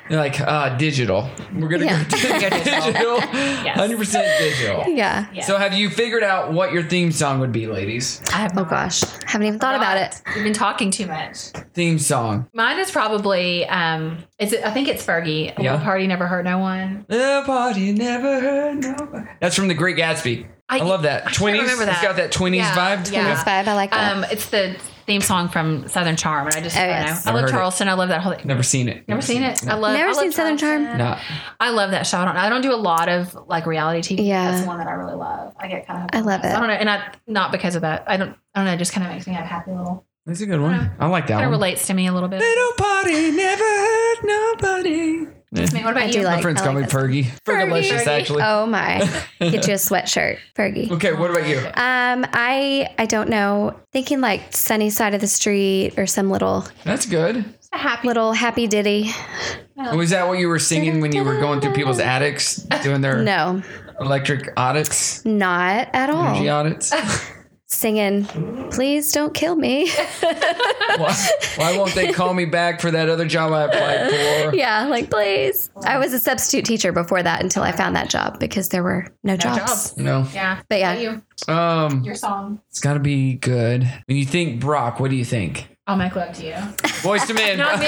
A: They're like, uh, digital. We're going to
D: Yeah.
A: go
C: <laughs>
A: digital. 100% digital.
D: Yeah.
C: Yeah.
A: So, have you figured out what your theme song would be, ladies?
C: I have
D: Oh
C: not
D: gosh. Haven't even thought about it.
C: We've been talking too much.
A: Theme song.
C: Mine is probably um it's I think it's Fergie. A
A: Yeah.
C: little party never hurt no one.
A: The party never heard no. That's from The Great Gatsby. I,
C: I-
A: love that.
C: I can't
A: Twenties.
C: remember
A: It's
C: that.
A: got that twenties
C: Yeah,
A: vibe. to
C: yeah.
A: it.
D: That's vibe. I like that.
C: Um it's the theme song from Southern Charm and I just
D: Oh,
C: I don't
D: yes.
C: know. I
A: Never
C: love
A: heard it.
C: Charleston. I love that whole
A: Never seen it.
C: Never seen it. I
A: No.
C: love.
D: Never
C: I love
D: seen Southern Charm?
C: Charleston.
A: No.
C: I love that show. I don't. I don't do a lot of like reality TV.
D: Yeah.
C: that's the one that I really love. I get kind of.
D: I love it.
C: I don't know, and I not because of that. I don't. I don't know. It just kind of makes me have happy little.
A: That's a good one. I like that
C: Kind of
A: one.
C: relates to me a little bit.
A: Little party never heard nobody. Eh.
C: I mean, what about
D: I
C: you?
D: do
A: My
D: like-
A: friends
D: I
A: call
D: like
A: me Fergie. Fergalicious,
C: Fergie.
A: actually.
D: oh my. Get you a sweatshirt, Fergie.
A: <laughs> Okay, what about you?
D: Um, I I don't know. Thinking like sunny side of the street or some little
A: That's good.
C: It's a happy.
D: little happy ditty.
A: Was that what you were singing when you were going through people's attics, doing their
D: No,
A: electric audits,
D: not at
C: Oh.
A: energy
C: <laughs>
D: all.
A: audits?
D: Singing, please don't kill me.
A: why, why won't they call me back for that other job I applied
C: <laughs>
A: for?
D: <laughs> yeah, like please. I was a substitute teacher before that until I found that job because there were no,
C: job.
D: jobs.
A: No.
C: Yeah.
D: But yeah.
C: What about You,
A: Um.
C: your song.
A: It's got to be good. When you think Brock, what do you think?
D: <laughs>
C: I'll make love to you.
A: <laughs> Boys to men.
C: Not me.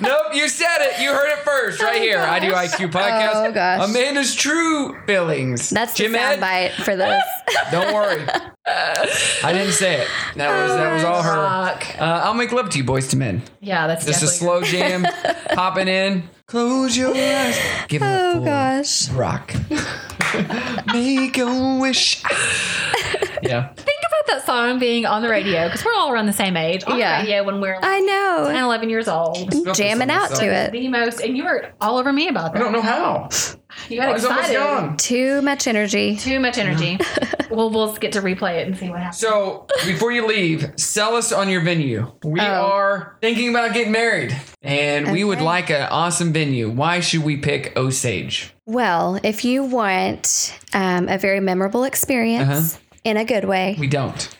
A: nope, you said it. You heard it first, right here. I do IQ podcast.
D: Oh, gosh.
A: Amanda's true feelings.
D: That's the
A: Jim Ed,
D: soundbite for this.
A: Don't
D: <laughs>
A: worry. I didn't say it. That was that was all her. Uh,
C: Fuck.
A: I'll make love to you, boys to men.
C: Yeah, that's
A: Just a
C: definitely-
A: slow
D: <laughs>
A: jam, popping in. Close your eyes. Give it a
D: Oh
A: full
D: gosh.
A: rock. <laughs> make a
D: <laughs>
A: wish. yeah.
C: Think about that song being on the radio because we're all around the same age. On
D: Yeah.
C: the radio when we're like
D: I Mm. know.
C: 10, 11 years old.
D: Jamming out to it.
C: The most, and you were all over me about
A: I
C: that.
A: don't know how.
C: You
A: Oh, I
C: got
A: was almost
C: excited.
A: gone.
D: Too much energy.
C: Too much energy.
D: <laughs>
C: we'll we'll get to replay it and see what happens.
A: So before you leave, sell us on your venue. We are thinking about getting married, and we would
D: Oh. Okay.
A: like an awesome venue. Why should we pick Osage?
D: Well, if you want um, a very memorable experience in a good way,
A: Uh-huh. We
D: <laughs>
A: don't.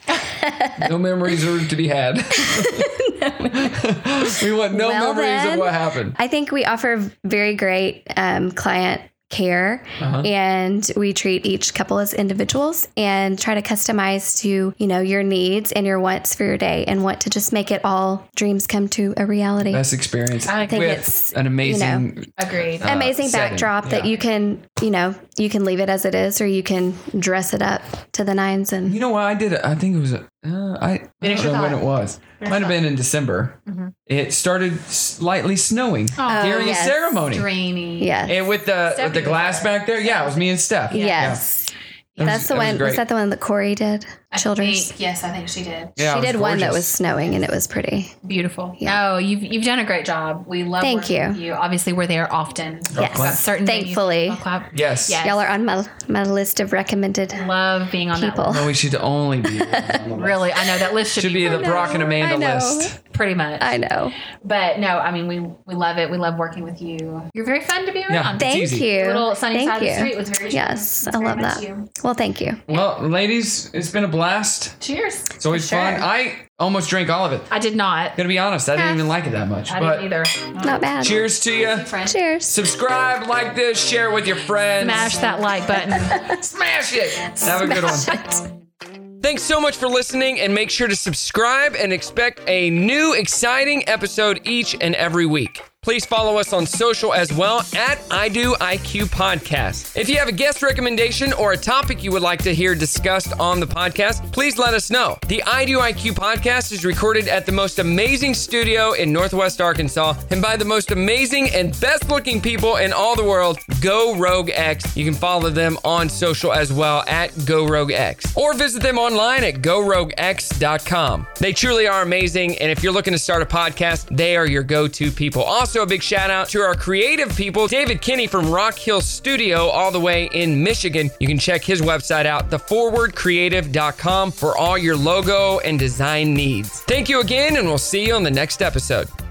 A: no memories are to be had. <laughs> we want no
D: Well,
A: memories of
D: then.
A: what happened.
D: I think we offer very great um, client care
A: Uh-huh.
D: and we treat each couple as individuals and try to customize to you know your needs and your wants for your day and want to just make it all dreams come to a reality
A: Best experience
C: I think
A: with
D: it's,
A: an amazing.
C: Agreed.
A: uh,
D: amazing
A: setting,
D: backdrop that you can you know you can leave it as it is or you can dress it up to the nines and
A: You know what I did? I think it was. Uh, I, I
C: Finish
A: don't
C: your
A: know when
C: thought.
A: it was. Might have been in December. It started slightly snowing
C: Oh,
A: during
D: Mm-hmm. yes.
A: the ceremony.
C: Dreamy.
D: yes
A: And with the with
C: Stephanie
A: the
C: was
A: glass
C: there.
A: back there, yeah, it was me and Steph.
D: yes
A: That was-
D: that's the
A: that was
D: one was,
A: great.
D: that the one that corey did
C: I
D: children's
C: think- yes, I think she did.
A: Yeah, it
D: she
A: was
D: did one that
A: gorgeous.
D: was snowing and it was pretty
C: Beautiful.
D: Yeah.
C: Oh, you've you've done a great job. We love.
D: Thank
C: working
D: you.
C: with you obviously we're there often.
D: Yes.
C: Got certain. venues.
D: Thankfully.
C: Oh, clap.
A: <laughs> Yes.
C: Yes.
D: y'all are on my, my list of recommended
C: Love being on that.
D: people
A: No, we should only be.
D: <laughs>
C: list. Really, I know that list should,
A: should be the Brock and Amanda
D: I know.
A: list.
C: pretty much.
D: <laughs> i know
C: but no, I mean we we love it. We love working with you. You're very fun to be around.
A: Yeah.
D: Thank
A: easy.
D: you.
C: Little sunny
D: thank
C: side of
D: you.
C: the street was very
D: Yes,
C: cheap.
D: I love
C: Very much
D: that.
C: you.
D: Well, thank you.
A: Well, ladies, it's been a blast.
C: Cheers.
A: It's always
D: For sure.
A: fun. I almost drank all of it.
C: I did not.
A: Gonna be honest, I didn't even like it that much.
C: I
A: but
C: didn't either.
D: Not bad.
A: cheers to you.
C: Friend.
D: Cheers.
A: Subscribe, like this, share it with your friends.
C: Smash that like <laughs> button.
A: Smash it. Have a good one. Thanks so much for listening, and make sure to subscribe and expect a new exciting episode each and every week. Please follow us on social as well at I Do IQ Podcast. If you have a guest recommendation or a topic you would like to hear discussed on the podcast, please let us know. The I Do IQ Podcast is recorded at the most amazing studio in Northwest Arkansas and by the most amazing and best looking people in all the world, Go Rogue X. You can follow them on social as well at Go Rogue X or visit them online at goroguex.com. They truly are amazing. And if you're looking to start a podcast, they are your go to people. Also, a big shout out to our creative people, David Kinney from Rock Hill Studio, all the way in Michigan. You can check his website out, theforwardcreative.com, for all your logo and design needs. Thank you again, and we'll see you on the next episode.